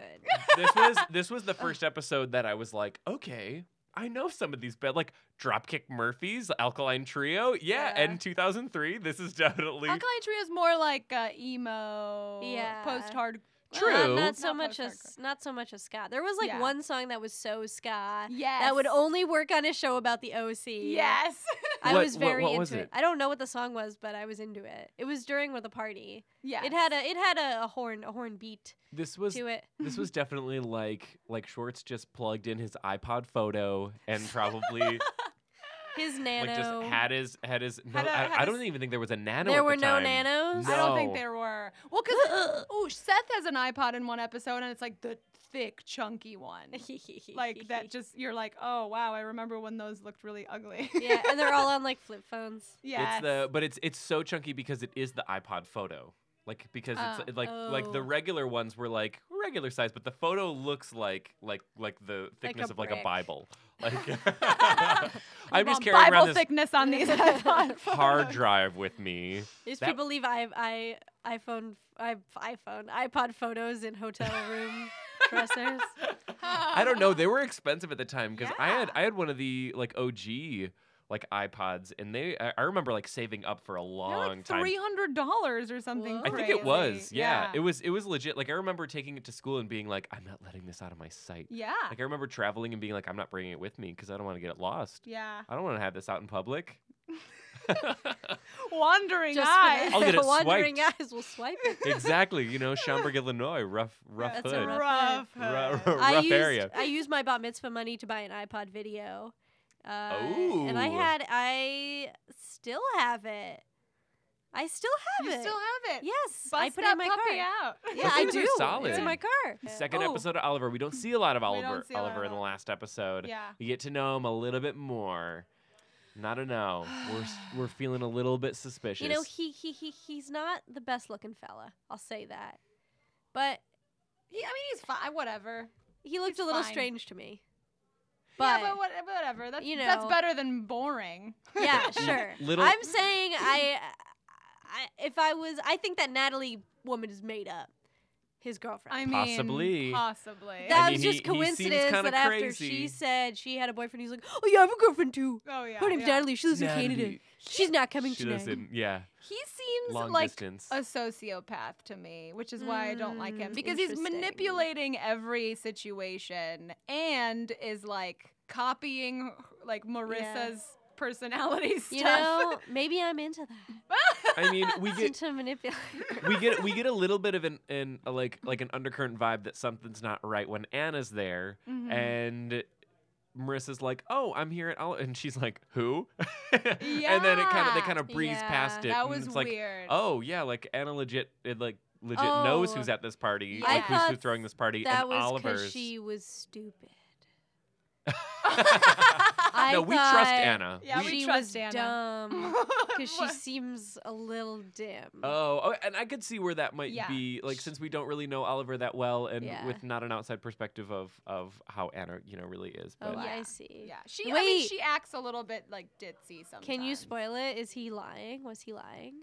S1: This was this was the first episode that I was like, okay, I know some of these bad like Dropkick Murphys, Alkaline Trio, yeah,
S2: Yeah.
S1: and 2003. This is definitely
S2: Alkaline Trio is more like uh, emo,
S3: Yeah.
S2: post-hard.
S3: Well, not-
S1: True.
S3: not so
S2: Not
S3: much as
S2: post-hardcore.
S3: not so much as ska. There was like
S2: Yeah.
S3: one song that was so ska
S2: Yes,
S3: that would only work on a show about the OC.
S2: Yes,
S3: I
S1: What-
S3: was
S1: what-
S3: very
S1: what
S3: into
S1: was
S3: it.
S1: it?
S3: I don't know what the song was, but I was into it. It was during with a party.
S2: yeah.
S3: It had a it had a, a horn a horn beat
S1: this was
S3: to it.
S1: this was definitely like like Schwartz just plugged in his iPod photo and probably
S3: His nano.
S1: like just had his had his. No,
S2: Had a-
S1: I,
S2: had
S1: I
S2: a
S1: don't
S2: s-
S1: even think there was a nano.
S3: there
S1: at
S3: were
S1: the
S3: no
S1: time.
S3: nanos.
S2: I don't think
S1: No.
S2: there were. Well, because oh, Seth has an iPod in one episode, and it's like the thick, chunky one, like that. Just you're like, oh wow, I remember when those looked really ugly.
S3: yeah, and they're all on like flip phones.
S2: yes.
S1: It's the but it's it's so chunky because it is the iPod photo. Like because
S2: Oh.
S1: it's it, like like the
S3: Oh.
S1: regular ones were like regular size, but the photo looks like like like the thickness
S3: a
S1: of like a
S3: brick.
S1: Bible. Like
S2: I
S1: I'm just
S2: want
S1: carrying
S2: Bible
S1: around this
S2: thickness on these
S1: hard
S2: iPod photos.
S1: drive with me.
S3: These
S1: That-
S3: people leave i i iPhone i iPhone iPod photos in hotel room dressers.
S1: I don't know. They were expensive at the time because I had
S2: Yeah.
S1: I had one of the like OG like iPods, and they I, I remember like saving up for a
S2: They're
S1: long
S2: like
S1: time.
S2: three hundred dollars or something.
S3: Whoa.
S1: I think it
S2: crazy.
S1: was, yeah. It was it was legit. Like I remember taking it to school and being like, I'm not letting this out of my sight.
S2: yeah.
S1: Like I remember traveling and being like, I'm not bringing it with me because I don't want to get it lost.
S2: Yeah.
S1: I don't want to have this out in public.
S2: Wandering
S3: Just
S2: eyes.
S3: for
S1: I'll
S3: the,
S1: get
S3: the
S1: it
S3: wandering
S1: swiped.
S3: eyes will swipe it.
S1: exactly, you know, Schaumburg, Illinois, rough, rough
S3: That's a
S1: hood,
S3: rough-
S1: Ru- ru- rough
S3: I used,
S1: area.
S3: I used my bat mitzvah money to buy an iPod video. Uh, And I
S1: Ooh.
S3: had, I still have it. I still have
S2: You
S3: it.
S2: still have it.
S3: yes.
S2: Bust
S3: I put it
S2: that
S3: in my
S2: puppy
S3: car.
S2: out.
S3: Yeah, I
S1: Those
S3: do.
S1: things are
S3: It's in my
S1: solid.
S3: car.
S1: Second
S2: Oh.
S1: episode of Oliver. We don't see a lot of
S2: We don't
S1: Oliver.
S2: see a lot
S1: Oliver
S2: of
S1: in the
S2: Oliver.
S1: last episode.
S2: Yeah.
S1: We get to know him a little bit more. And I don't know. We're s- we're feeling a little bit suspicious.
S3: You know, he, he he he's not the best looking fella. I'll say that. But
S2: He, I mean, he's fine. Whatever.
S3: he looked
S2: He's
S3: a little
S2: fine.
S3: strange to me.
S2: yeah, but what, whatever. That's
S3: you
S2: that's
S3: know.
S2: better than boring.
S3: Yeah, sure.
S1: little-
S3: I'm saying I, I, if I was, I think that Natalie woman is made up. His girlfriend.
S2: I mean,
S1: Possibly.
S2: Possibly.
S3: that
S1: mean,
S3: was
S1: he-
S3: just
S1: he seems
S3: coincidence
S1: kinda
S3: that after
S1: crazy.
S3: she said she had a boyfriend, he's like, "Oh yeah, I have a girlfriend too.
S2: oh yeah.
S3: Her name's
S2: yeah.
S3: Natalie. She lives in Canada.
S1: Natalie,
S3: She's not coming
S1: she
S3: tonight."
S1: lives in yeah,
S2: He seems
S1: long
S2: like
S1: distance.
S2: a sociopath to me, which is why I don't like him
S3: Mm,
S2: because he's
S3: interesting.
S2: manipulating every situation and is like copying like Marissa's personality stuff.
S3: You know, maybe I'm into that.
S1: I mean, we get
S3: into manipulating.
S1: we get we get a little bit of an, an a, like like an undercurrent vibe that something's not right when Anna's there
S2: Mhm.
S1: and Marissa's like, "Oh, I'm here at all," and she's like, "Who?" and then it kind of they
S2: Yeah.
S1: kind of breeze
S3: Yeah,
S1: past it.
S2: that
S1: and
S2: was
S1: mm, it's like,
S2: weird.
S1: "Oh yeah, like Anna legit it like legit knows
S3: Oh.
S1: who's at this party,
S2: Yeah. I
S1: like who's, who's
S3: thought
S1: throwing this party,
S3: that
S1: and
S3: was
S1: Oliver's."
S3: she was stupid. I
S1: no, we trust
S3: thought
S1: Anna.
S2: Yeah, we
S3: she
S2: trust
S3: was
S2: Anna.
S3: dumb because she seems a little dim.
S1: Oh, oh, and I could see where that might
S2: Yeah.
S1: be like since we don't really know Oliver that well, and
S3: Yeah.
S1: with not an outside perspective of of how Anna, you know, really is.
S3: oh
S1: But
S3: yeah, I
S2: Yeah.
S3: see.
S2: yeah, she. I mean,
S3: Wait.
S2: she acts a little bit like ditzy sometimes.
S3: Can you spoil it? Is he lying? Was he lying?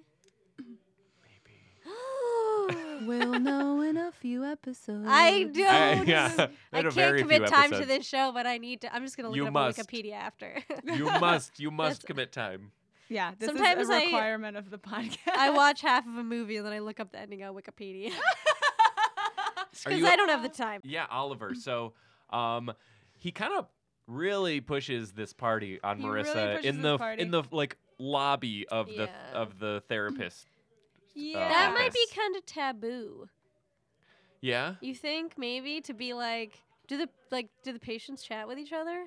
S2: we'll know in a few episodes.
S3: I don't.
S1: I- yeah,
S3: I
S1: in a
S3: can't
S1: very few
S3: commit time to
S1: episodes.
S3: this show, but I need to. I'm just gonna look
S1: You
S3: it up
S1: must.
S3: on Wikipedia after.
S1: you must, you
S3: That's-
S1: must commit time.
S2: Yeah, this
S3: Sometimes
S2: is a
S3: I-
S2: requirement of the podcast.
S3: I watch half of a movie and then I look up the ending on Wikipedia
S1: Are
S3: because
S1: you-
S3: I don't have the time.
S1: Yeah, Oliver. So, um, he kind of really pushes this party on
S2: He really
S1: Marissa
S2: pushes
S1: in
S2: this
S1: the
S2: party.
S1: in the like lobby of the
S3: Yeah.
S1: of the therapist.
S2: yeah.
S3: That might be
S1: Office.
S3: kind of taboo.
S1: Yeah.
S3: You think maybe to be like, do the like do the patients chat with each other?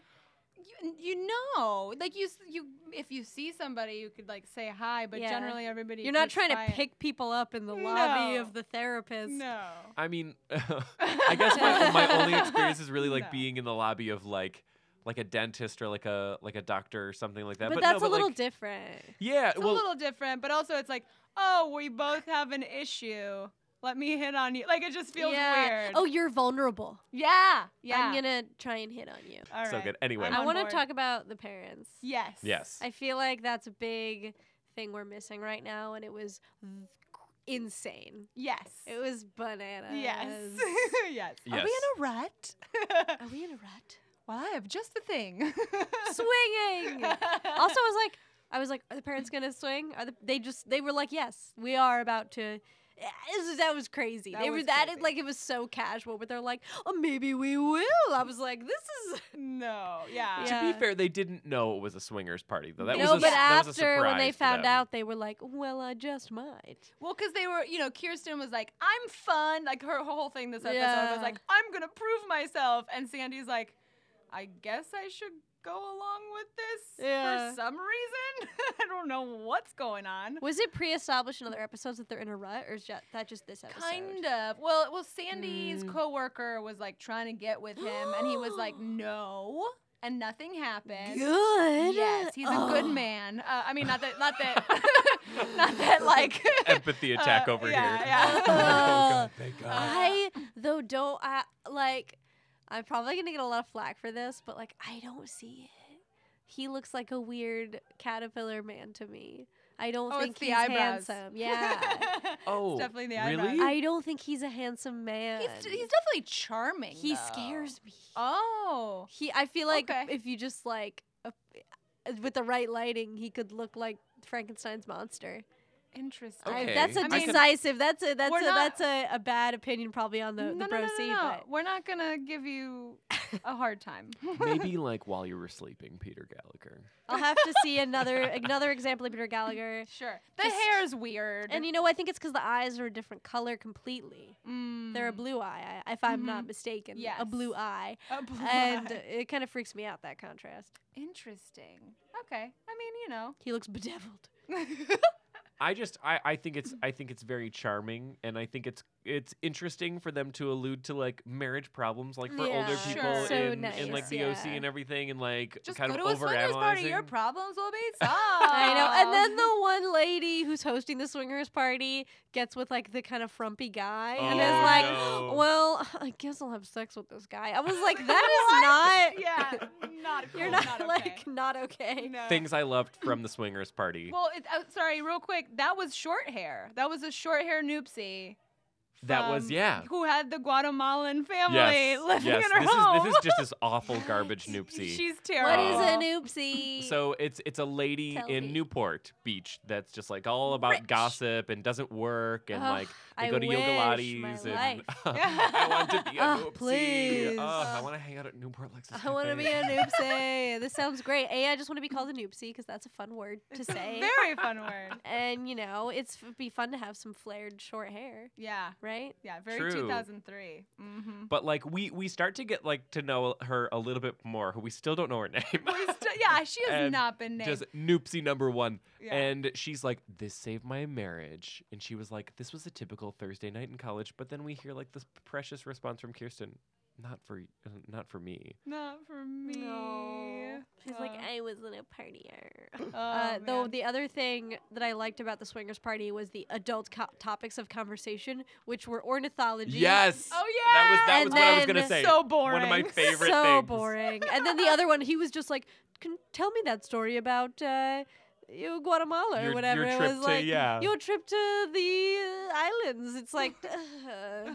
S2: You, you know, like you, s- you, if you see somebody, you could like say hi, but
S3: Yeah.
S2: generally everybody.
S3: You're not
S2: keeps
S3: trying to
S2: quiet.
S3: pick people up in the lobby
S2: No.
S3: of the therapist.
S2: No.
S1: I mean, I guess my, my only experience is really like
S2: No.
S1: being in the lobby of like like a dentist or like a like a doctor or something like that.
S3: but,
S1: But,
S3: that's
S1: no, but
S3: a little
S1: like,
S3: different.
S1: yeah.
S2: It's
S1: well,
S2: a little different, but also it's like, oh, we both have an issue. Let me hit on you. Like it just feels
S3: yeah.
S2: weird.
S3: Oh, you're vulnerable.
S2: yeah, yeah.
S3: I'm gonna try and hit on you.
S2: All
S1: so
S2: right.
S1: good. Anyway.
S2: I'm
S3: I
S2: on
S3: want to
S2: board.
S3: talk about the parents.
S2: Yes.
S1: yes.
S3: I feel like that's a big thing we're missing right now, and it was insane.
S2: Yes.
S3: It was bananas.
S2: yes. yes.
S1: Yes.
S2: a rut?
S3: Are we in a rut?
S2: well, I have just the thing.
S3: Swinging. also, I was like, I was like, are the parents gonna swing? Are the, they just? They were like, yes, we are about to. Yeah, This is, that was crazy.
S2: That
S3: they were
S2: was
S3: that
S2: crazy.
S3: like it was so casual, but they're like, oh, maybe we will. I was like, this is
S2: no. Yeah.
S3: Yeah.
S1: To be fair, they didn't know it was a swingers party though. That
S3: no.
S1: was a,
S3: but
S1: s- that was a
S3: after when they
S1: surprise to
S3: found
S1: them.
S3: out, they were like, well, I just might.
S2: Well, because they were, you know, Kirsten was like, "I'm fun." Like her whole thing this episode
S3: Yeah.
S2: was like, "I'm gonna prove myself," and Sandy's like, "I guess I should go along with this
S3: Yeah.
S2: for some reason. I don't know what's going on."
S3: Was it pre-established in other episodes that they're in a rut, or is ju- that just this episode?
S2: Kind of. Well, well, Sandy's
S1: Mm.
S2: coworker was like trying to get with him, and he was like, "No," and nothing happened.
S3: Good.
S2: Yes, he's a good
S3: Oh.
S2: man. Uh, I mean, not that, not that, not that, like.
S1: empathy attack
S2: Uh,
S1: over
S2: yeah,
S1: here.
S2: yeah.
S3: God,
S1: thank
S2: God.
S3: I though don't I like. I'm probably gonna get a lot of flack for this, but like I don't see it. He looks like a weird caterpillar man to me. I don't
S2: Oh, it's
S3: think
S2: the
S3: he's
S2: eyebrows.
S3: handsome. Yeah,
S1: Oh,
S2: it's definitely the
S1: really?
S2: eyebrows.
S3: I don't think he's a handsome man.
S2: Uh, He's, he's definitely charming.
S3: he
S2: though.
S3: scares me.
S2: Oh,
S3: He. I feel like
S2: Okay.
S3: if you just like a, with the right lighting, he could look like Frankenstein's monster.
S2: interesting.
S3: I-
S1: Okay.
S3: that's a
S2: I mean,
S3: decisive. that's a that's
S2: we're
S3: a
S2: not-
S3: that's a, a bad opinion probably on the the
S2: no,
S3: pro
S2: no, no,
S3: C,
S2: no, no.
S3: but
S2: We're not gonna give you a hard time.
S1: Maybe like while you were sleeping, Peter Gallagher.
S3: I'll have to see another another example of Peter Gallagher.
S2: sure. The
S3: Just-
S2: hair's weird.
S3: And you know, I think it's because the eyes are a different color completely.
S2: mm,
S3: They're a blue eye, I- if I'm not
S2: Mhm.
S3: mistaken.
S2: Yes.
S3: A blue eye.
S2: a blue
S3: And
S2: eye.
S3: it kind of freaks me out, that contrast.
S2: interesting. Okay. I mean, you know.
S3: He looks bedeviled.
S1: I just I, I think it's I think it's very charming and I think it's it's interesting for them to allude to like marriage problems like for older
S3: Yeah.
S1: people
S2: Sure.
S1: in,
S2: So
S3: nice,
S1: in like the OC
S3: yeah.
S1: and everything and like
S2: Just
S1: kind
S2: go
S1: of
S2: to a swingers party. Your
S1: overanalyzing.
S2: problems will be solved.
S3: I know. And then the one lady who's hosting the swingers party gets with like the kind of frumpy guy and
S1: Oh,
S3: is like,
S1: no.
S3: well, I guess I'll have sex with this guy. I was like, that is not.
S2: yeah, not cool,
S3: You're not,
S2: not okay.
S3: like, not okay.
S2: no.
S1: Things I loved from the swingers party.
S2: Well, it, uh, sorry, real quick. That was short hair. That was a short hair noopsie.
S1: that was
S2: from-
S1: yeah.
S2: Who had the Guatemalan family
S1: Yes.
S2: um, living
S1: yes.
S2: in her
S1: this
S2: home?
S1: is this is just this awful garbage noopsie.
S2: She's
S3: What
S2: terrible.
S3: is
S1: Oh.
S3: an oopsie?
S1: So it's it's a lady
S3: Tell
S1: in
S3: me.
S1: Newport Beach that's just like all about
S3: Rich.
S1: gossip and doesn't work and
S3: Ugh,
S1: like they
S3: I
S1: go to
S3: wish
S1: yoga
S3: my
S1: lattes and
S3: life.
S1: I want to be a
S3: Ugh,
S1: Noopsie.
S3: please.
S1: Ugh, I want to hang out at Newport Lexus.
S3: I want to be
S1: Cafe.
S3: a noopsie. this sounds great. A, I just want to be called a noopsie because that's a fun word to
S2: It's a
S3: say.
S2: very fun word.
S3: and you know, it's it'd be fun to have some flared short hair,
S2: Yeah,
S3: right?
S2: yeah, very
S1: True.
S2: 2003. Mm-hmm.
S1: But like we we start to get like to know her a little bit more. We still don't know her name.
S2: yeah, she has
S1: And
S2: not been named.
S1: Just Noopsie number one.
S2: yeah.
S1: And she's like, This saved my marriage. And she was like, This was a typical Thursday night in college. But then we hear like this precious response from Kirsten. Not for uh, not for me.
S2: not for me.
S3: No. She's like,
S2: Uh,
S3: I wasn't a partier.
S2: oh,
S3: uh, though
S2: man.
S3: the other thing that I liked about the swingers party was the adult co- topics of conversation, which were ornithology.
S1: Yes.
S2: oh yeah,
S1: That was that
S3: And
S1: was what I was
S3: then-
S1: gonna say.
S2: so boring.
S1: One of my favorite
S3: so
S1: things.
S3: boring. And then the other one, he was just like, Can, "Tell me that story about uh, you Guatemala or
S1: Your- your
S3: whatever." it
S1: trip
S3: was
S1: to-
S3: like
S1: yeah.
S3: your trip to the uh, islands. It's like ugh.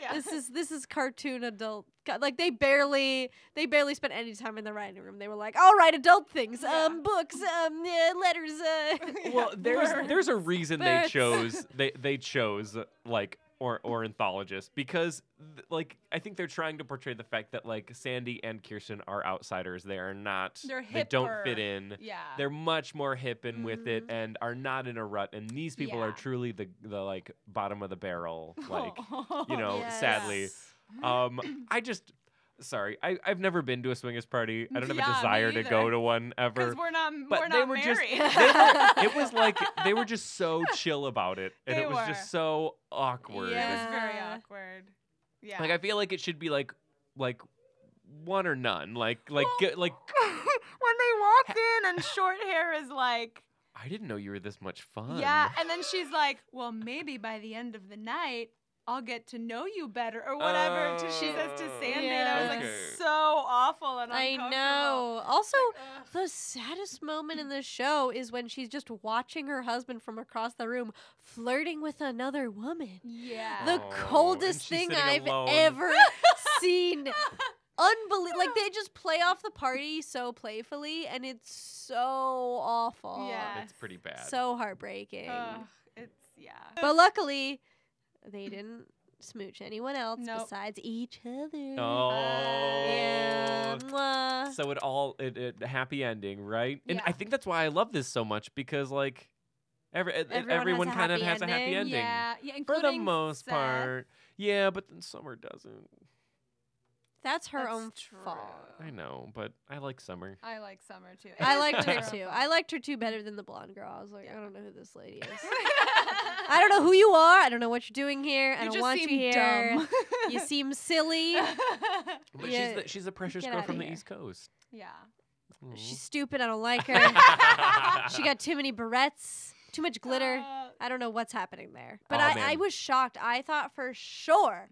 S2: Yeah.
S3: this is this is cartoon adult. co- Like they barely they barely spent any time in the writing room. They were like, "All right, adult things,
S2: Yeah.
S3: um, books, um, uh, letters." Uh.
S1: Well, there's
S2: Birds.
S1: there's a reason they
S3: Birds.
S1: chose they they chose like or ornithologists because th- like I think they're trying to portray the fact that like Sandy and Kirsten are outsiders. They are not.
S2: They're
S1: they don't fit
S2: hipper.
S1: in.
S2: yeah. Mm-hmm.
S1: They're much more hip and with it, and are not in a rut. And these people are
S2: Yeah.
S1: truly the the like bottom of the barrel. Like you
S2: Oh.
S1: know,
S3: Yes.
S1: sadly. Um, I just. Sorry, I, I've never been to a swingers party. I don't have
S2: Yeah, me
S1: a desire to go
S2: either.
S1: to one ever.
S2: Because we're not,
S1: but
S2: we're
S1: they
S2: not
S1: were just-
S2: married.
S1: they were, it was like they were just so chill about it, and
S2: They
S1: it was
S2: were.
S1: just so awkward.
S2: It was
S3: Yeah.
S2: very
S3: Yeah.
S2: awkward. Yeah.
S1: Like I feel like it should be like like one or none. Like like g- like
S2: when they walk in and short hair is like,
S1: I didn't know you were this much fun.
S2: yeah, and then she's like, well, maybe by the end of the night. I'll get to know you better, or whatever. to- she says to
S1: Oh,
S2: Sandy, and I was
S1: okay.
S2: like, so awful and
S3: I
S2: uncomfortable.
S3: know. Also,
S2: Ugh.
S3: the saddest moment in this show is when she's just watching her husband from across the room flirting with another woman.
S2: Yeah.
S3: The
S1: Oh, and
S3: coldest
S1: she's
S3: thing
S1: sitting
S3: I've
S1: alone.
S3: ever seen. Unbelievable. Like, they just play off the party so playfully, and it's so awful.
S2: Yeah.
S1: It's pretty bad.
S3: So heartbreaking.
S2: Ugh, it's yeah.
S3: But luckily, they didn't smooch anyone else
S2: Nope.
S3: besides each other.
S1: oh.
S3: Yeah. mwah.
S1: So it all it, it happy ending, right? And I
S2: Yeah.
S1: think that's why I love this so much because like every e- e-
S3: Everyone
S1: everyone,
S3: has a
S1: kind of
S3: happy
S1: has a happy ending.
S2: Yeah, yeah,
S1: For the
S2: including
S1: most
S2: Seth.
S1: part. Yeah, but then Summer doesn't.
S3: That's her
S2: That's
S3: own
S2: true.
S3: fault.
S1: I know, but I like Summer.
S2: I like Summer too.
S3: I
S2: It's
S3: liked her
S2: terrible.
S3: too. I liked her too better than the blonde girl. I was like, I don't know who this lady is. I
S2: I
S3: don't know who you are. I don't know what you're doing here. I
S2: You
S3: don't
S2: just
S3: want
S2: seem
S3: you here.
S2: dumb.
S3: you seem silly.
S1: But
S3: Yeah,
S1: she's the, she's a precious
S3: get
S1: girl
S3: outta
S1: from the
S3: here.
S1: East Coast.
S2: yeah.
S1: Aw.
S3: She's stupid. I don't like her.
S1: her.
S3: she got too many barrettes, too much glitter.
S2: Uh,
S3: I don't know what's happening there. But
S1: Aw,
S3: I, I
S1: man.
S3: was shocked. I thought for sure,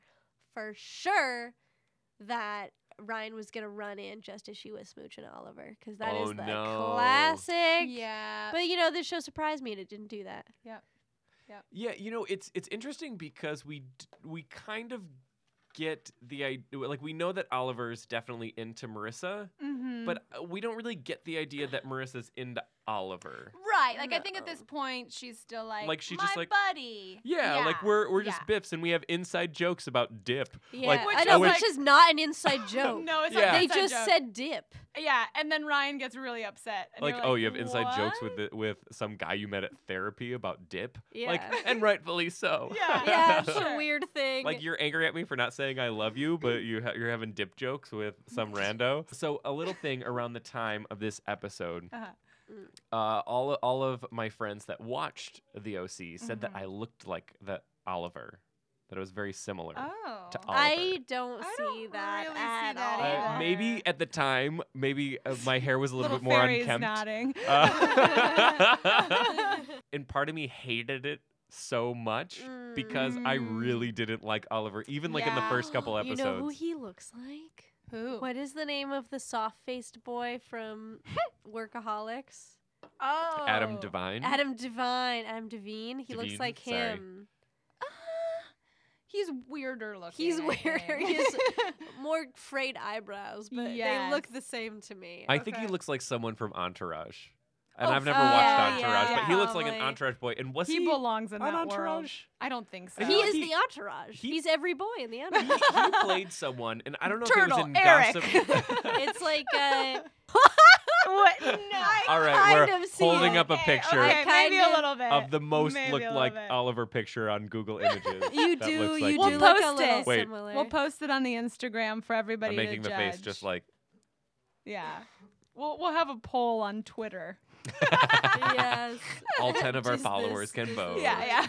S3: for sure, that Ryan was going to run in just as she was smooching Oliver. Because that
S1: Oh,
S3: is the
S1: no.
S3: classic.
S2: yeah.
S3: But you know, this show surprised me and it didn't do that.
S1: Yeah, you know, it's it's interesting because we d- we kind of get the idea like we know that Oliver's definitely into Marissa,
S3: Mm-hmm.
S2: Mhm.
S1: but uh, we don't really get the idea that Marissa's into Oliver.
S2: right, like I think at
S3: No.
S2: this point she's still like,
S1: uh, Like, she
S2: my
S1: just, like-
S2: buddy.
S1: Yeah, like we're we're just
S2: yeah.
S1: biffs and we have inside jokes about dip.
S3: Yeah,
S2: Which
S3: I know,
S2: is
S3: which
S2: like-
S3: is not an inside joke.
S2: No, it's
S1: Yeah.
S2: like
S3: They
S2: inside
S3: just
S2: joke.
S3: said dip.
S2: yeah, and then Ryan gets really upset. and
S1: Like,
S2: you're
S1: oh, you have inside jokes
S2: "What?"
S1: with the, with some guy you met at therapy about dip.
S3: Yeah.
S1: Like and rightfully so.
S2: Yeah.
S3: yeah, it's a
S2: Sure.
S3: weird thing.
S1: like you're angry at me for not saying I love you, but you ha- you're having dip jokes with some rando. So a little thing around the time of this episode,
S2: Uh-huh.
S3: Mm.
S1: uh, all all of my friends that watched the OC said that
S2: Mhm.
S1: I looked like the Oliver, that it was very similar.
S2: Oh.
S1: to all-
S3: I don't
S2: I don't
S3: see that
S2: really see
S3: at
S2: that
S1: Uh,
S3: all.
S2: either.
S1: maybe at the time, maybe uh, my hair was a little,
S2: Little
S1: bit more
S2: fairy's
S1: unkempt.
S2: nodding.
S1: Uh, and part of me hated it so much because I
S2: Mm.
S1: really didn't like Oliver, even like in the
S2: Yeah.
S1: first couple
S3: You
S1: episodes.
S3: know who he looks like?
S2: Who?
S3: What is the name of the soft-faced boy from Workaholics?
S2: Oh.
S1: Adam Devine.
S3: Adam Devine. Adam Devine. He looks
S1: Devine,
S3: like
S1: sorry.
S3: him.
S2: He's weirder looking.
S3: He's
S2: I
S3: weirder.
S2: think.
S3: He has more frayed eyebrows, but they look
S2: Yes.
S3: the same to me.
S1: I think he
S2: Okay.
S1: looks like someone from Entourage. And
S2: Oh,
S1: I've never
S3: oh,
S1: watched
S3: yeah,
S1: Entourage,
S2: yeah,
S1: but he looks like an
S3: probably.
S1: Entourage boy. And was
S2: he,
S1: he,
S2: belongs in
S1: on
S2: that world.
S1: Entourage?
S2: I don't think so.
S1: I
S3: he
S1: feel
S3: is
S1: like he-
S3: the entourage.
S1: he-
S3: He's every boy in the
S1: He,
S3: entourage.
S1: he played someone, and I don't know
S2: Turtle,
S1: if he was in
S2: Eric.
S1: Gossip.
S3: it's like uh,
S2: what? No.
S1: All right,
S3: kind
S1: we're
S3: of see
S1: holding
S3: it.
S1: up a
S2: Okay,
S1: picture
S2: Okay,
S3: I
S2: maybe
S3: kind
S2: a little bit.
S1: of the most
S2: Maybe a
S1: looked
S2: little
S1: like
S2: bit.
S1: Oliver picture on Google Images.
S3: you
S1: That
S3: do.
S1: looks
S3: You
S1: like
S3: do
S2: We'll
S1: him.
S3: look a
S2: post
S3: little
S2: it.
S1: Wait.
S3: similar.
S2: We'll post it on the Instagram for everybody
S1: I'm making
S2: to
S1: the
S2: judge.
S1: face just like
S2: Yeah. We'll we'll have a poll on Twitter.
S3: yes.
S1: all ten of our
S3: Just
S1: followers
S3: this-
S1: can
S3: this-
S1: vote.
S2: Yeah,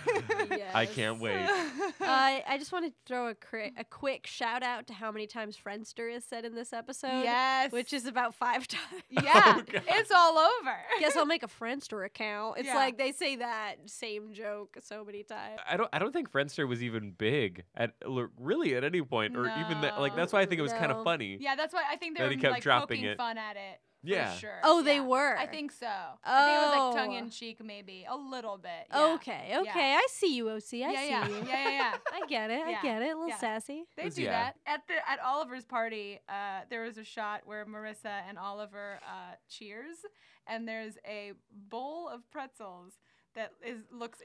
S3: yeah.
S1: I can't Oh. wait.
S3: Uh, I just want to throw a, cri- a quick shout out to how many times Friendster is said in this episode.
S2: yes.
S3: Which is about five times.
S2: yeah.
S1: Oh, God.
S2: it's all over.
S3: Guess I'll make a Friendster account. It's
S2: Yeah.
S3: like they say that same joke so many times.
S1: I don't. I don't think Friendster was even big at l- really at any point, or even that. Like
S2: No.
S1: that's why I think it was kind
S3: No.
S1: of funny.
S2: Yeah, that's why I think they
S1: That
S2: were
S1: he kept
S2: like
S1: dropping
S2: poking
S1: it.
S2: fun at it. for
S1: Yeah.
S2: sure.
S3: Oh, they
S2: Yeah.
S3: were.
S2: I think so. I think it was like tongue
S3: Oh.
S2: in cheek, maybe a little bit. yeah.
S3: Okay, okay. I see you, OC. I
S2: yeah,
S3: see
S2: yeah,
S3: you.
S2: yeah, yeah, yeah.
S3: I get it. I
S2: Yeah,
S3: get it. A little
S2: yeah.
S3: sassy.
S2: They
S1: Was-
S2: do
S1: yeah.
S2: that at the at Oliver's party. Uh, there was a shot where Marissa and Oliver uh, cheers, and there's a bowl of pretzels that is looks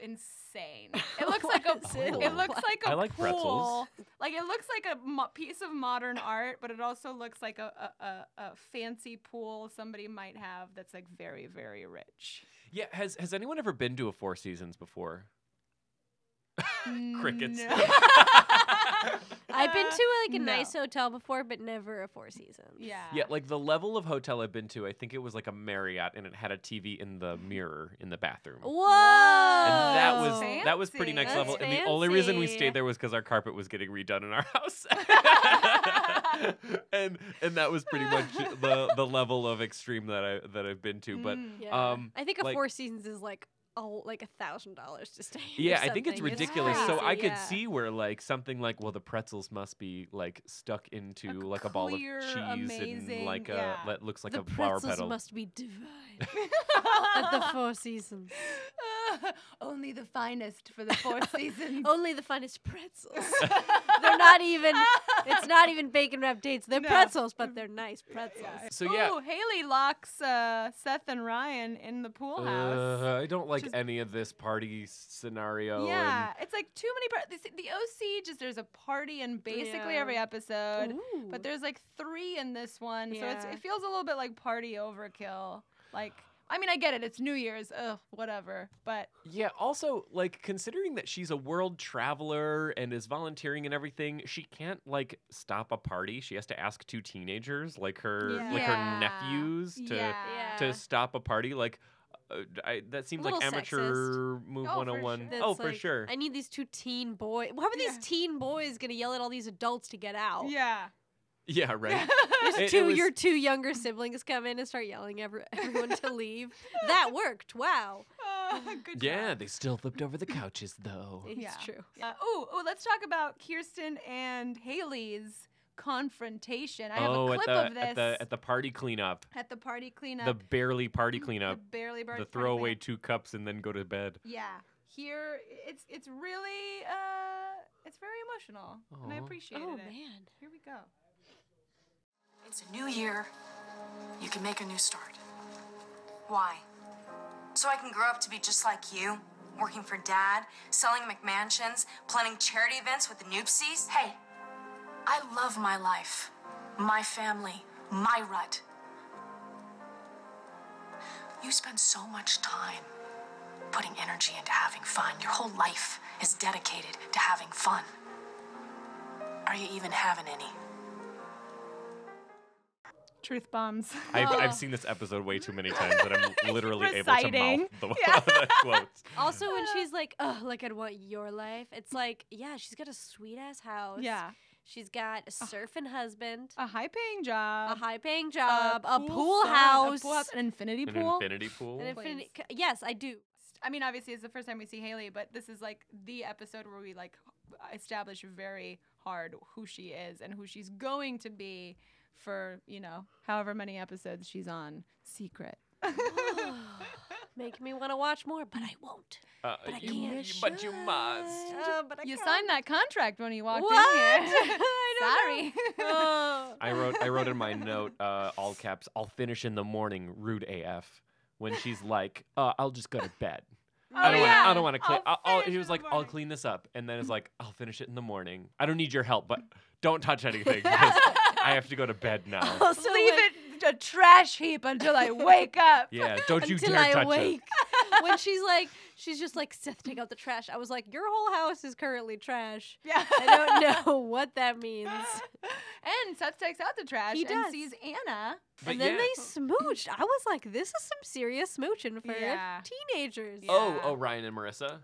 S2: insane. It looks like a
S3: What
S1: is it?
S2: pool. It looks like a
S1: I like
S2: pool.
S1: pretzels.
S2: Like it looks like a mo- piece of modern art, but it also looks like a, a, a, a fancy pool somebody might have that's like very very rich.
S1: Yeah, has has anyone ever been to a Four Seasons before? Crickets.
S2: No.
S3: I've been
S2: Uh,
S3: to like a
S2: no.
S3: nice hotel before, but never a Four Seasons.
S2: Yeah.
S1: yeah, like the level of hotel I've been to, I think it was like a Marriott and it had a TV in the mirror in the bathroom.
S3: Whoa.
S1: And that was
S2: Oh.
S1: that was pretty next
S3: Fancy.
S1: level.
S3: That's
S1: And the only reason we
S3: fancy.
S1: stayed there was because our carpet was getting redone in our house. and and that was pretty much the the level of extreme that I that I've been to. But
S2: Mm.
S3: Yeah.
S1: um,
S3: I think a
S1: like-
S3: Four Seasons is like a like a thousand dollars to stay. in or
S1: yeah, I think it's
S3: something.
S1: ridiculous. so
S3: crazy,
S1: I could
S3: yeah.
S1: see where like something like well the pretzels must be like stuck into
S2: c-
S1: like a ball of
S2: clear,
S1: cheese and
S2: amazing-
S1: like
S2: yeah.
S1: a that looks like
S3: the
S1: a flower
S3: pretzels
S1: petal.
S3: must be divine at the Four Seasons.
S2: Only the finest for the four seasons.
S3: Only the finest pretzels. they're not even. It's not even bacon wrapped dates. They're
S2: No.
S3: pretzels, but they're nice pretzels.
S1: So yeah.
S2: Ooh, Haley locks uh, Seth and Ryan in the pool house.
S1: Uh, I don't like
S2: Just-
S1: any of this party scenario.
S2: yeah, it's like too many. Par- the, the OC just there's a party in basically
S3: Yeah.
S2: every episode,
S3: Ooh.
S2: but there's like three in this one, so
S3: Yeah.
S2: it's, it feels a little bit like party overkill. Like, I mean, I get it. It's New Year's. Ugh, whatever. But
S1: And, yeah. Also, like considering that she's a world traveler and is volunteering and everything, she can't like stop a party. She has to ask two teenagers, like her,
S3: Yeah.
S1: like
S2: Yeah.
S1: her nephews, to
S2: yeah,
S1: to stop a party. Like uh, I, that seems like
S3: Little
S1: amateur move
S2: Oh, for
S1: 101.
S2: sure.
S1: Oh,
S3: That's
S1: for
S3: like,
S1: sure.
S3: I need these two teen boys. How are these
S2: Yeah.
S3: teen boys gonna yell at all these adults to get out?
S2: yeah.
S1: yeah. Right. It- it
S3: two
S1: was-
S3: your two younger siblings come in and start yelling every, everyone to leave. That worked. Wow.
S2: Uh, good
S1: yeah.
S2: job.
S1: They still flipped over the couches though.
S3: It's
S2: Yeah.
S3: true.
S2: Uh, oh, oh, let's talk about Kirsten and Haley's confrontation. I have
S1: oh,
S2: a clip
S1: at
S2: of
S1: the
S2: this
S1: at the at the party cleanup,
S2: at the party cleanup.
S1: the barely party
S2: the
S1: cleanup.
S2: barely bar-
S1: the
S2: party cleanup.
S1: throwaway two cups and then go to bed.
S2: Yeah, here it's it's really uh, it's very emotional, and I
S1: Aw.
S2: appreciated
S3: Oh
S2: it.
S3: man.
S2: Here we go.
S4: It's a new year. You can make a new start. Why? So I can grow up to be just like you, working for dad, selling McMansions, planning charity events with the noobsies. Hey, I love my life, my family, my rut. You spend so much time putting energy into having fun. Your whole life is dedicated to having fun. Are you even having any?
S2: Truth bombs.
S1: I've, I've seen this episode way too many times that I'm literally able to
S2: Reciting.
S1: mouth the, the quotes.
S3: Also, when she's like, "Oh, like I'd want your life," it's like, yeah, she's got a sweet ass house.
S2: yeah, Uh,
S3: She's got a surfing husband,
S2: a high-paying job,
S3: a high paying job, a pool,
S2: son,
S3: house,
S2: a pool house, an infinity
S1: An
S2: pool.
S1: infinity pool.
S3: an
S2: Please.
S3: infinity. c- Yes, I do.
S2: I mean, obviously, it's the first time we see Haley, but this is like the episode where we like establish very hard who she is and who she's going to be for you know however many episodes she's on secret.
S3: Make me want to watch more, but I won't.
S1: Uh,
S3: But I
S1: you-
S3: can't.
S1: you- but you must.
S3: Uh, but I
S2: you
S3: can't.
S2: signed that contract when you walked
S3: What?
S2: in here. Uh,
S3: I
S2: Sorry.
S3: Oh.
S1: I wrote I wrote in my note uh, all caps. I'll finish in the morning. Rude AF. When she's like, uh, I'll just go to bed.
S3: Oh,
S1: I don't
S2: yeah.
S1: want. I don't want to clean.
S2: I'll
S1: I'll, I'll,
S2: finish
S1: he
S2: in
S1: was
S2: the
S1: like, I'll
S2: morning."
S1: clean this up, and then it's like, I'll finish it in the morning. I don't need your help, but don't touch anything. because I have to go to bed now.
S3: Also,
S2: Leave
S3: when-
S2: it a trash heap until I wake up.
S1: Yeah, don't you
S3: until
S1: dare
S3: I
S1: touch
S3: wake.
S1: it.
S3: when she's like, she's just like, Seth, take out the trash. I was like, your whole house is currently trash.
S2: Yeah.
S3: I don't know what that means.
S2: and Seth takes out the trash
S3: He
S2: and
S3: does.
S2: sees Anna.
S1: But
S3: and then
S1: yeah.
S3: they smooched. I was like, this is some serious smooching for
S2: Yeah.
S3: teenagers.
S2: Yeah.
S1: Oh, oh, Ryan and Marissa.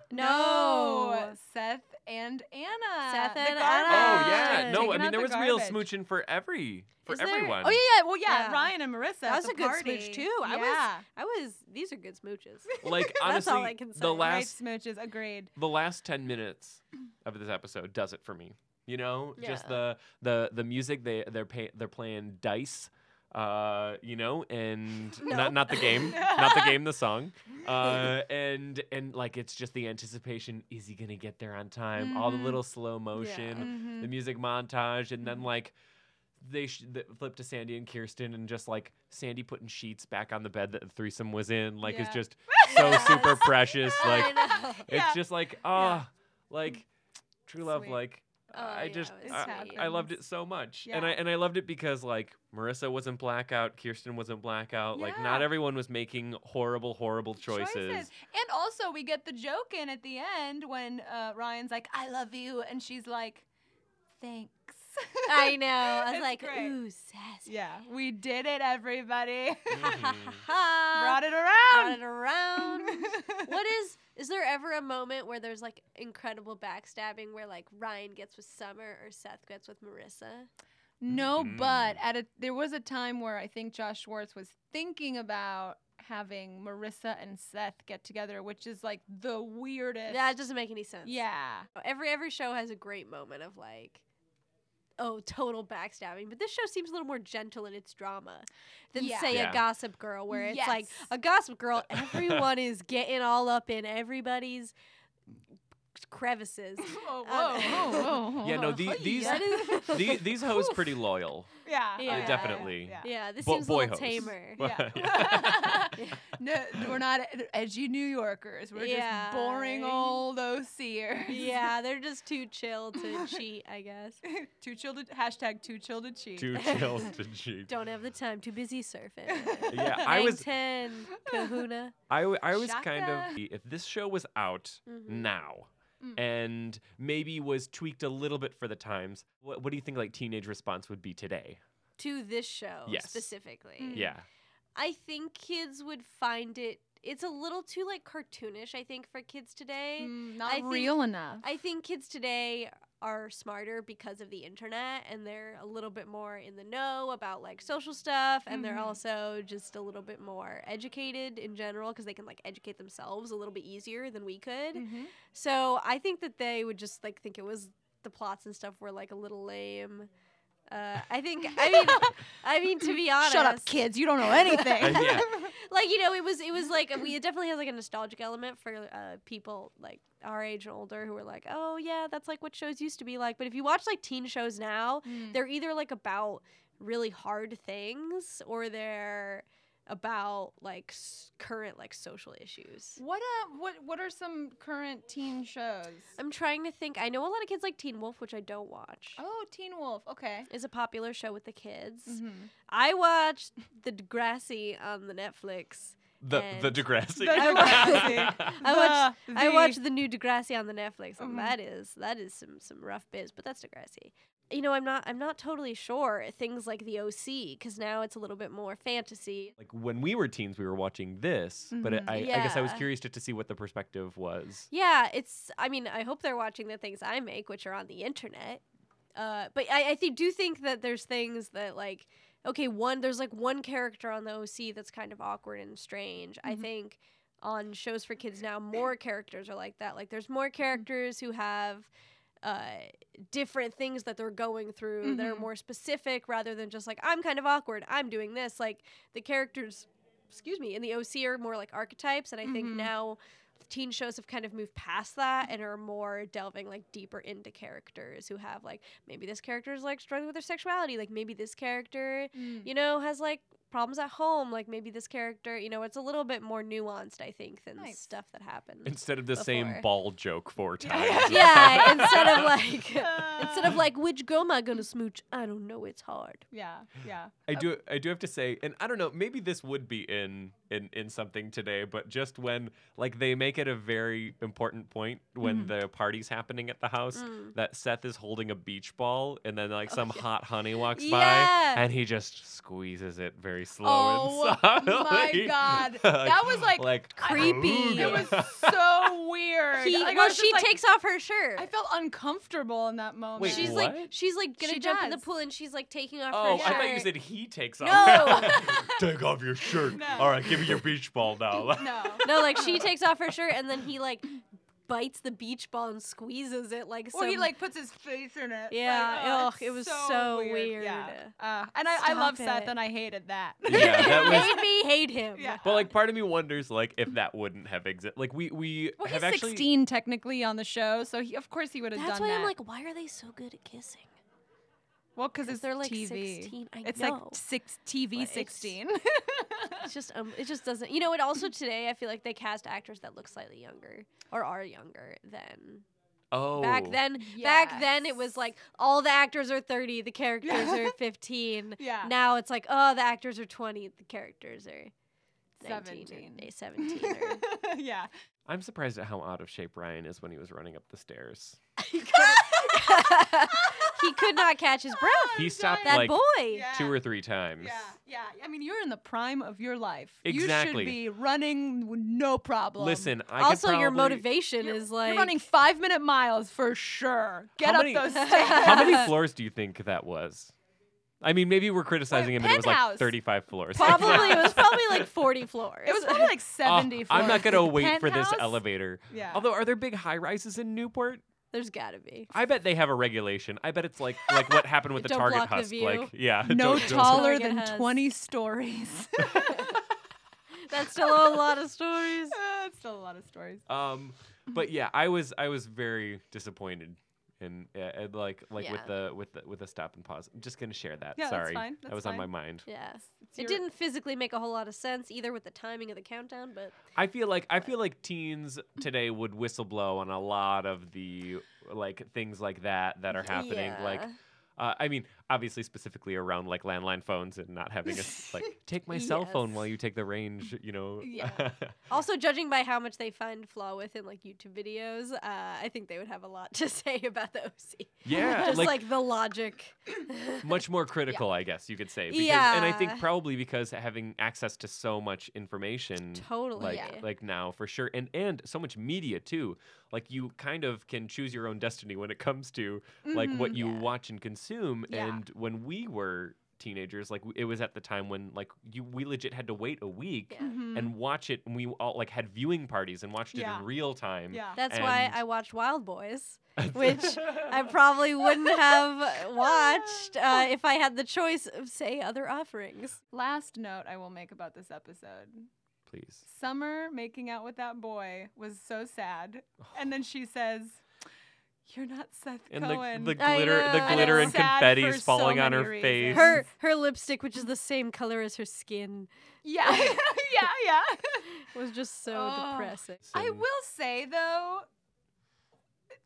S3: No.
S2: Seth and Anna.
S3: Seth
S2: The garbage.
S3: and
S1: Oh
S3: Anna.
S1: yeah, no,
S3: Ah,
S2: Taking
S1: I mean there
S2: out the
S1: was real
S2: garbage.
S1: smooching for every for
S3: Is there- oh,
S1: everyone.
S2: Oh yeah, yeah. Well, yeah,
S3: Yeah.
S2: Ryan and Marissa.
S3: That
S2: at
S3: was
S2: the
S3: a good
S2: party.
S3: smooch too. I
S2: yeah.
S3: was I was these are good smooches.
S1: Like honestly,
S3: That's all I can say,
S1: the
S3: right?
S2: great
S1: last
S2: smooches. Agreed.
S1: the last ten minutes of this episode does it for me. You know, just
S3: Yeah.
S1: the the the music they they're pay, they're playing dice. Uh, you know, and not not the game, not the game, the song, uh, and and like it's just the anticipation. Is he gonna get there on time? All the
S2: Mhm.
S1: little slow motion,
S3: Mm-hmm.
S2: Mhm.
S1: the music montage, and then like they sh- th- flip to Sandy and Kirsten, and just like Sandy putting sheets back on the bed that the threesome was in, like
S2: Yeah.
S1: it's just so super precious. Like
S2: Yeah.
S1: it's just like ah, like true love.
S2: Sweet.
S1: Like
S3: Oh,
S1: I
S3: yeah,
S1: just
S3: it was
S1: I,
S2: sweet.
S1: I loved it so much, and
S2: Yeah.
S1: I and I loved it because like Marissa wasn't blackout, Kirsten wasn't blackout. Like not
S2: Yeah.
S1: everyone was making horrible, horrible choices.
S2: And also, we get the joke in at the end when uh, Ryan's like, "I love you," and she's like, "Thanks."
S3: I know. I was
S2: It's
S3: like,
S2: great.
S3: ooh, Seth.
S2: yeah, we did it, everybody.
S1: Mhm.
S2: Brought it
S3: Brought
S2: around.
S3: it around. what is is there ever a moment where there's like incredible backstabbing where like Ryan gets with Summer or Seth gets with Marissa?
S2: No, but
S1: Mm.
S2: at a there was a time where I think Josh Schwartz was thinking about having Marissa and Seth get together, which is like the weirdest.
S3: That doesn't make any sense.
S2: yeah.
S3: Every every show has a great moment of like oh, total backstabbing. But this show seems a little more gentle in its drama than
S2: Yeah.
S3: say
S1: Yeah.
S3: a gossip girl where it's like
S2: Yes.
S3: a gossip girl, everyone is getting all up in everybody's crevices.
S2: whoa,
S3: Um,
S2: whoa, whoa, whoa,
S1: Yeah, no,
S2: whoa.
S1: the-
S2: Hey,
S1: these-
S2: that is-
S1: The- These, hoes pretty loyal.
S2: yeah,
S3: Yeah.
S2: yeah,
S1: definitely.
S2: Yeah.
S3: Yeah, this
S1: Bo-
S3: seems a
S1: boy
S3: little
S1: hoes.
S3: tamer.
S2: Yeah. no, we're not ed- edgy New Yorkers. We're
S3: Yeah.
S2: just boring old OCers.
S3: yeah, they're just too chill to cheat, I guess.
S2: too chill to hashtag too chill to cheat.
S1: Too chill to cheat.
S3: Don't have the time, too busy surfing.
S1: Yeah,
S2: Mm,
S1: I was,
S3: 10, kahuna.
S1: I, w- I was kind of.
S2: Shaka.
S1: If this show was out
S3: Mhm.
S1: now,
S2: Mm-hmm. Mm.
S1: and maybe was tweaked a little bit for the times, what, what do you think like teenage response would be today?
S3: To this show
S1: Yes.
S3: specifically.
S2: Mm.
S1: Yeah,
S3: I think kids would find it, it's a little too like cartoonish, I think, for kids today.
S2: Mm, not
S3: I think-
S2: real enough.
S3: I think kids today are smarter because of the internet and they're a little bit more in the know about like social stuff and they're
S2: Mhm.
S3: also just a little bit more educated in general because they can like educate themselves a little bit easier than we could.
S2: Mhm.
S3: So I think that they would just like think it was the plots and stuff were like a little lame. Uh, I think I mean I mean to be honest
S2: Shut up, kids. You don't know
S1: Uh,
S2: anything.
S1: yeah.
S3: like you know it was it was like we it definitely has like a nostalgic element for uh, people like our age and older who were like oh yeah that's like what shows used to be like but if you watch like teen shows now
S2: Mm.
S3: they're either like about really hard things or they're about like s- current like social issues
S2: What uh, what what are some current teen shows?
S3: i'm trying to think i know a lot of kids like teen wolf which i don't watch
S2: oh, Mm-hmm. Teen Wolf. Okay.
S3: is a popular show with the kids i watched the degrassi on the netflix
S1: the the
S3: And-
S1: Degrassi.
S2: The Degrassi.
S3: I
S2: The-
S3: I
S2: the-
S3: watched the new Degrassi on the Netflix, and
S2: Mhm.
S3: that is that is some some rough biz, but that's Degrassi. You know, I'm not I'm not totally sure things like the OC because now it's a little bit more fantasy.
S1: like when we were teens, we were watching this, but I,
S2: Mhm.
S1: I, I guess I was
S3: Mm-hmm. Yeah.
S1: curious just to see what the perspective was.
S3: Yeah, it's I mean I hope they're watching the things I make, which are on the internet. Uh, but I, I th- do think that there's things that like okay one there's like one character on the OC that's kind of awkward and strange. I
S2: Mhm.
S3: think on shows for kids now more characters are like that. Like there's more characters who have uh, different things that they're going through. They're
S2: Mhm.
S3: more specific rather than just like I'm kind of awkward. I'm doing this. Like the characters, excuse me, in the OC are more like archetypes, and I think
S2: Mhm.
S3: now teen shows have kind of moved past that and are more delving like deeper into characters who have like maybe this character is like struggling with their sexuality. Like maybe this character,
S2: Mm.
S3: you know, has like problems at home. Like maybe this character, you know, it's a little bit more nuanced. I think than
S2: Nice.
S3: stuff that happens.
S1: Instead of the same
S3: Before.
S1: ball joke four
S2: Yeah.
S1: times.
S3: yeah, instead of like.
S2: Uh,
S3: Instead of like, which girl am I gonna smooch? I don't know. It's hard.
S2: Yeah. Yeah.
S1: I do I do have to say, and I don't know, maybe this would be in in in something today, but just when like they make it a very important point when
S2: Mm-hmm.
S1: the party's happening at the house
S3: Mm.
S1: that Seth is holding a beach ball and then like
S3: Oh,
S1: some
S3: yeah.
S1: hot honey walks
S3: Yeah.
S1: by and he just squeezes it very slow
S2: Oh
S1: and
S2: my
S1: softly.
S2: God. That was like,
S1: like
S3: creepy.
S2: it was so weird.
S3: He,
S2: Like, I
S3: well,
S2: was just
S3: she
S2: like-
S3: takes off her shirt.
S2: I felt uncomfortable in that moment.
S1: Wait,
S3: she's like,
S1: what?
S3: she's like gonna
S2: She
S3: jump in the
S2: does.
S3: pool, and she's like taking off
S1: Oh,
S3: her
S1: I
S3: shirt.
S1: thought you said he takes off.
S3: No.
S1: Take off your shirt.
S2: No.
S1: All right, give me your beach ball now.
S2: no.
S3: no, like she takes off her shirt, and then he like bites the beach ball and squeezes it like.
S2: Or he
S3: some-
S2: like puts his face in it.
S3: Yeah,
S2: Like, oh,
S3: ugh,
S2: it's
S3: it was so weird.
S2: Yeah. Uh, and I, I
S3: Stop
S2: love Seth,
S3: it.
S2: and I hated that.
S1: Yeah, that was
S3: made me hate him.
S2: Yeah.
S1: But like, part of me wonders like if that wouldn't have existed. Like we we
S2: Well,
S1: have
S2: he's
S1: actually.
S2: 16 technically on the show, so he, of course he would have done
S3: That's why
S2: that.
S3: I'm like, why are they so good at kissing?
S2: well, because it's
S3: they're like
S2: TV.
S3: 16. I
S2: it's like
S3: know.
S2: six TV
S3: But it's-
S2: 16.
S3: It's just um, it just doesn't. You know, it also today I feel like they cast actors that look slightly younger or are younger than
S1: oh.
S3: back then. Back then it
S2: Yes.
S3: was like all the actors are 30, the characters are 15.
S2: yeah.
S3: Now it's like oh, the actors are 20, the characters are 17
S2: 17.
S3: or, eh, 17 or
S2: yeah.
S1: I'm surprised at how out of shape Ryan is when he was running up the stairs.
S3: he could not catch his breath.
S1: He stopped
S3: That
S1: like
S3: boy.
S1: two or three times.
S2: Yeah, yeah. I mean, you're in the prime of your life.
S1: Exactly.
S2: You should be running with no problem.
S1: Listen, I could
S3: also, your
S1: probably-
S3: motivation
S2: You're-
S3: is like
S2: you're running five minute miles for sure. Get
S1: How
S2: up
S1: many-
S2: those stairs.
S1: How many floors do you think that was? I mean, maybe we're criticizing him, and it was like
S2: penthouse.
S1: 35 floors.
S3: Probably it was probably like 40 floors.
S2: It was probably like
S1: Uh,
S2: 70 floors.
S1: I'm not gonna wait for this
S2: Penthouse?
S1: elevator.
S2: Yeah.
S1: Although, are there big high rises in Newport?
S3: There's gotta be.
S1: I bet they have a regulation. I bet it's like like what happened with the
S3: Don't
S1: Target
S3: block the
S1: husk.
S3: view.
S1: Like, yeah,
S2: no
S1: don't- don't-
S2: taller
S3: Target
S2: than
S3: has-
S2: 20 stories.
S3: That's still a lot of stories.
S2: That's still a lot of stories.
S1: Um, but yeah, I was I was very disappointed, and, uh, and like like with
S3: Yeah.
S1: the with the with the stop and pause. I'm just gonna share that.
S2: Yeah, that's
S1: Sorry,
S2: fine,
S1: that
S2: that's
S1: was on
S2: fine.
S1: my mind.
S3: Yeah.
S2: It's
S3: It
S2: your-
S3: didn't physically make a whole lot of sense either with the timing of the countdown, but
S1: I feel like I feel like teens today would whistleblow on a lot of the like things like that that are happening. Like,
S3: Yeah.
S1: uh, I mean, obviously specifically around like landline phones and not having a s- like take my cell phone while
S3: Yes.
S1: you take the range. You know.
S3: Yeah. also judging by how much they find flaw with in like YouTube videos, uh, I think they would have a lot to say about the OC.
S1: Yeah,
S3: Just
S1: like-
S3: like, the logic.
S1: much more critical, I guess you could say. Because, And I think
S3: Yeah.
S1: probably because having access to so much information,
S3: Totally.
S1: like
S3: Yeah.
S1: like now for sure, and and so much media too. Like you kind of can choose your own destiny when it comes to like what
S2: Mhm.
S1: you
S3: Yeah.
S1: watch and consume.
S2: Yeah.
S1: And when we were teenagers, like it was at the time when like you we legit had to wait a week.
S3: Yeah.
S2: Mhm.
S1: And watch it, and we all like had viewing parties and watched it
S2: Yeah.
S1: in real time.
S2: yeah.
S3: That's why
S1: And-
S3: I watched Wild Boys, which I probably wouldn't have watched uh, if I had the choice of, say, other offerings.
S2: Last note I will make about this episode.
S1: Please,
S2: Summer making out with that boy was so sad. And then she says, You're not Seth
S1: and
S2: Cohen.
S1: the, the
S3: I
S1: glitter, the
S3: know.
S1: glitter
S2: it's
S1: and
S2: sad
S1: confetti
S2: for
S1: is
S2: so
S1: falling on her
S2: many
S1: face.
S2: reasons.
S3: Her her lipstick, which is the same color as her skin,
S2: yeah. yeah, yeah.
S3: was just so
S2: Oh.
S3: depressing.
S2: I
S1: And-
S2: will say, though,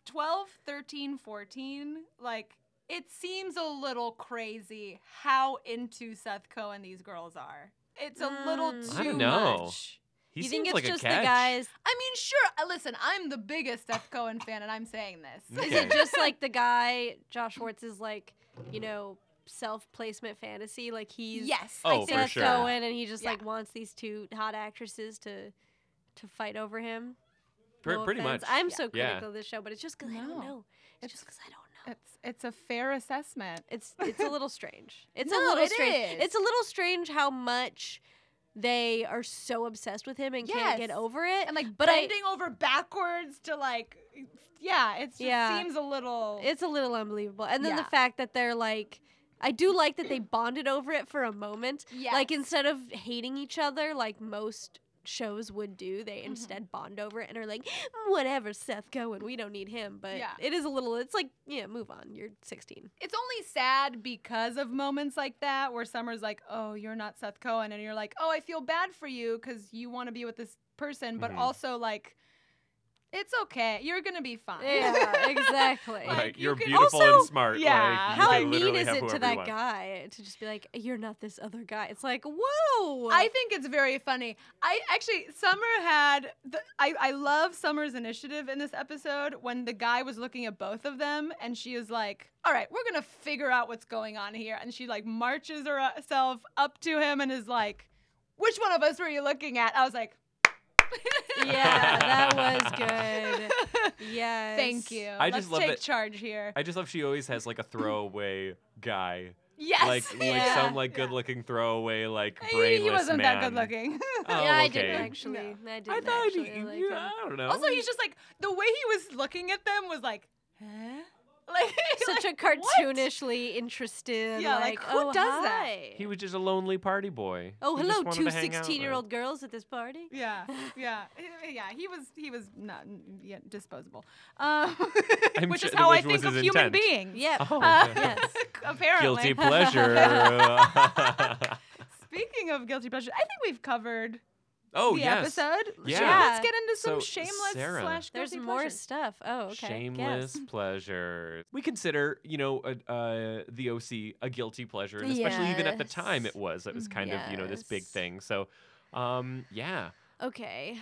S2: 12, 13, 14, like, it seems a little crazy how into Seth Cohen these girls are. It's a little too
S3: Mm.
S1: I don't know.
S2: much.
S1: He
S3: you
S1: seems
S3: think it's
S1: like
S3: just
S1: a catch.
S3: the guys?
S2: I mean, sure. uh, Listen, I'm the biggest Seth Cohen fan, and I'm saying this.
S3: Is
S1: Okay.
S3: it just like the guy Josh Schwartz is like, you know, self placement fantasy? Like he's
S2: yes.
S1: Oh,
S2: I
S1: for
S2: think
S3: Seth
S1: sure.
S3: Cohen, and he just like
S2: Yeah.
S3: wants these two hot actresses to to fight over him.
S1: Pre-
S3: No
S1: pretty
S3: offense.
S1: much.
S3: I'm so
S1: Yeah.
S3: critical of this show, but it's just because I don't
S2: No.
S3: know. It's,
S2: It's-
S3: just because I don't know.
S2: It's it's a fair assessment.
S3: It's it's a little strange. It's a
S2: No,
S3: little
S2: it
S3: strange.
S2: is.
S3: It's a little strange how much they are so obsessed with him and can't get
S2: Yes.
S3: over it.
S2: And like
S3: but I-
S2: bending over backwards to like, yeah, it just
S3: Yeah.
S2: seems a little.
S3: It's a little unbelievable. And then the
S2: Yeah.
S3: fact that they're like, I do like that they bonded over it for a moment.
S2: yeah,
S3: Like instead of hating each other, like most shows would do,
S2: Mm-hmm.
S3: they instead bond over it and are like, "Mm, whatever, Seth Cohen, we don't need him. But
S2: Yeah.
S3: it is a little. It's like, yeah, move on. You're 16.
S2: it's only sad because of moments like that where Summer's like, "Oh, you're not Seth Cohen," and you're like, "Oh, I feel bad for you because you want to be with this person, but
S1: Mhm.
S2: also like, it's okay. You're gonna be fine."
S3: Yeah, exactly.
S1: Like,
S2: Like, you
S1: you're
S2: can-
S1: beautiful and
S2: Also-
S1: smart. like,
S2: yeah.
S1: you
S3: How
S1: can
S3: mean
S1: literally
S3: is
S1: have
S3: it
S1: whoever
S3: to
S1: you
S3: that
S1: want.
S3: guy to just be like, you're not this other guy? It's like, whoa.
S2: I think it's very funny. I actually, Summer had, the, I, I love Summer's initiative in this episode when the guy was looking at both of them and she is like, all right, we're going to figure out what's going on here. And she like marches herself up to him and is like, which one of us were you looking at? I was like,
S3: yeah, that was good. Yes.
S2: thank you.
S1: I just
S2: Let's
S1: love
S2: take
S1: that-
S2: charge here.
S1: I just love she always has like a throwaway guy,
S2: yes.
S1: like like
S3: Yeah.
S1: some like good-looking throwaway like
S2: He-
S1: brainless
S2: he wasn't
S1: man.
S2: that good looking.
S1: Oh,
S3: yeah, I
S1: okay.
S3: didn't actually. I didn't
S1: I thought
S3: actually.
S1: he,
S3: I like
S1: you-
S3: him.
S1: I don't know.
S2: Also, he's just like the way he was looking at them was like, huh? Like
S3: Such
S2: like,
S3: a
S2: what?
S3: cartoonishly interested.
S2: Yeah, like, who
S3: oh,
S2: does that?
S3: hi.
S1: he was just a lonely party boy.
S3: oh,
S1: who just
S3: hello,
S1: wanted
S3: two
S1: to hang out with.
S3: 16 year old girls at this party.
S2: Yeah, yeah, eh, yeah. He was he was not yeah, disposable, um,
S1: I'm
S2: which
S1: sure-
S2: is how I
S1: which was
S2: think of
S1: his
S2: human
S1: intent.
S2: beings.
S3: Yeah.
S1: Oh,
S2: Uh,
S1: yeah.
S3: yes.
S2: apparently.
S1: guilty pleasure.
S2: Speaking of guilty pleasure, I think we've covered
S1: oh
S2: the
S1: yes.
S2: episode.
S1: Yeah.
S2: Sure, let's get into
S1: So,
S2: some shameless
S1: Sarah.
S2: slash
S3: There's
S2: guilty
S3: more
S2: pleasures.
S3: stuff. Oh, okay.
S1: Shameless pleasure. We consider, you know, uh, uh, the OC a guilty pleasure, and especially even at the time
S3: Yes.
S1: it was. It was kind of, you know, this big
S3: Yes.
S1: thing. So, um, yeah.
S3: Guess. Okay.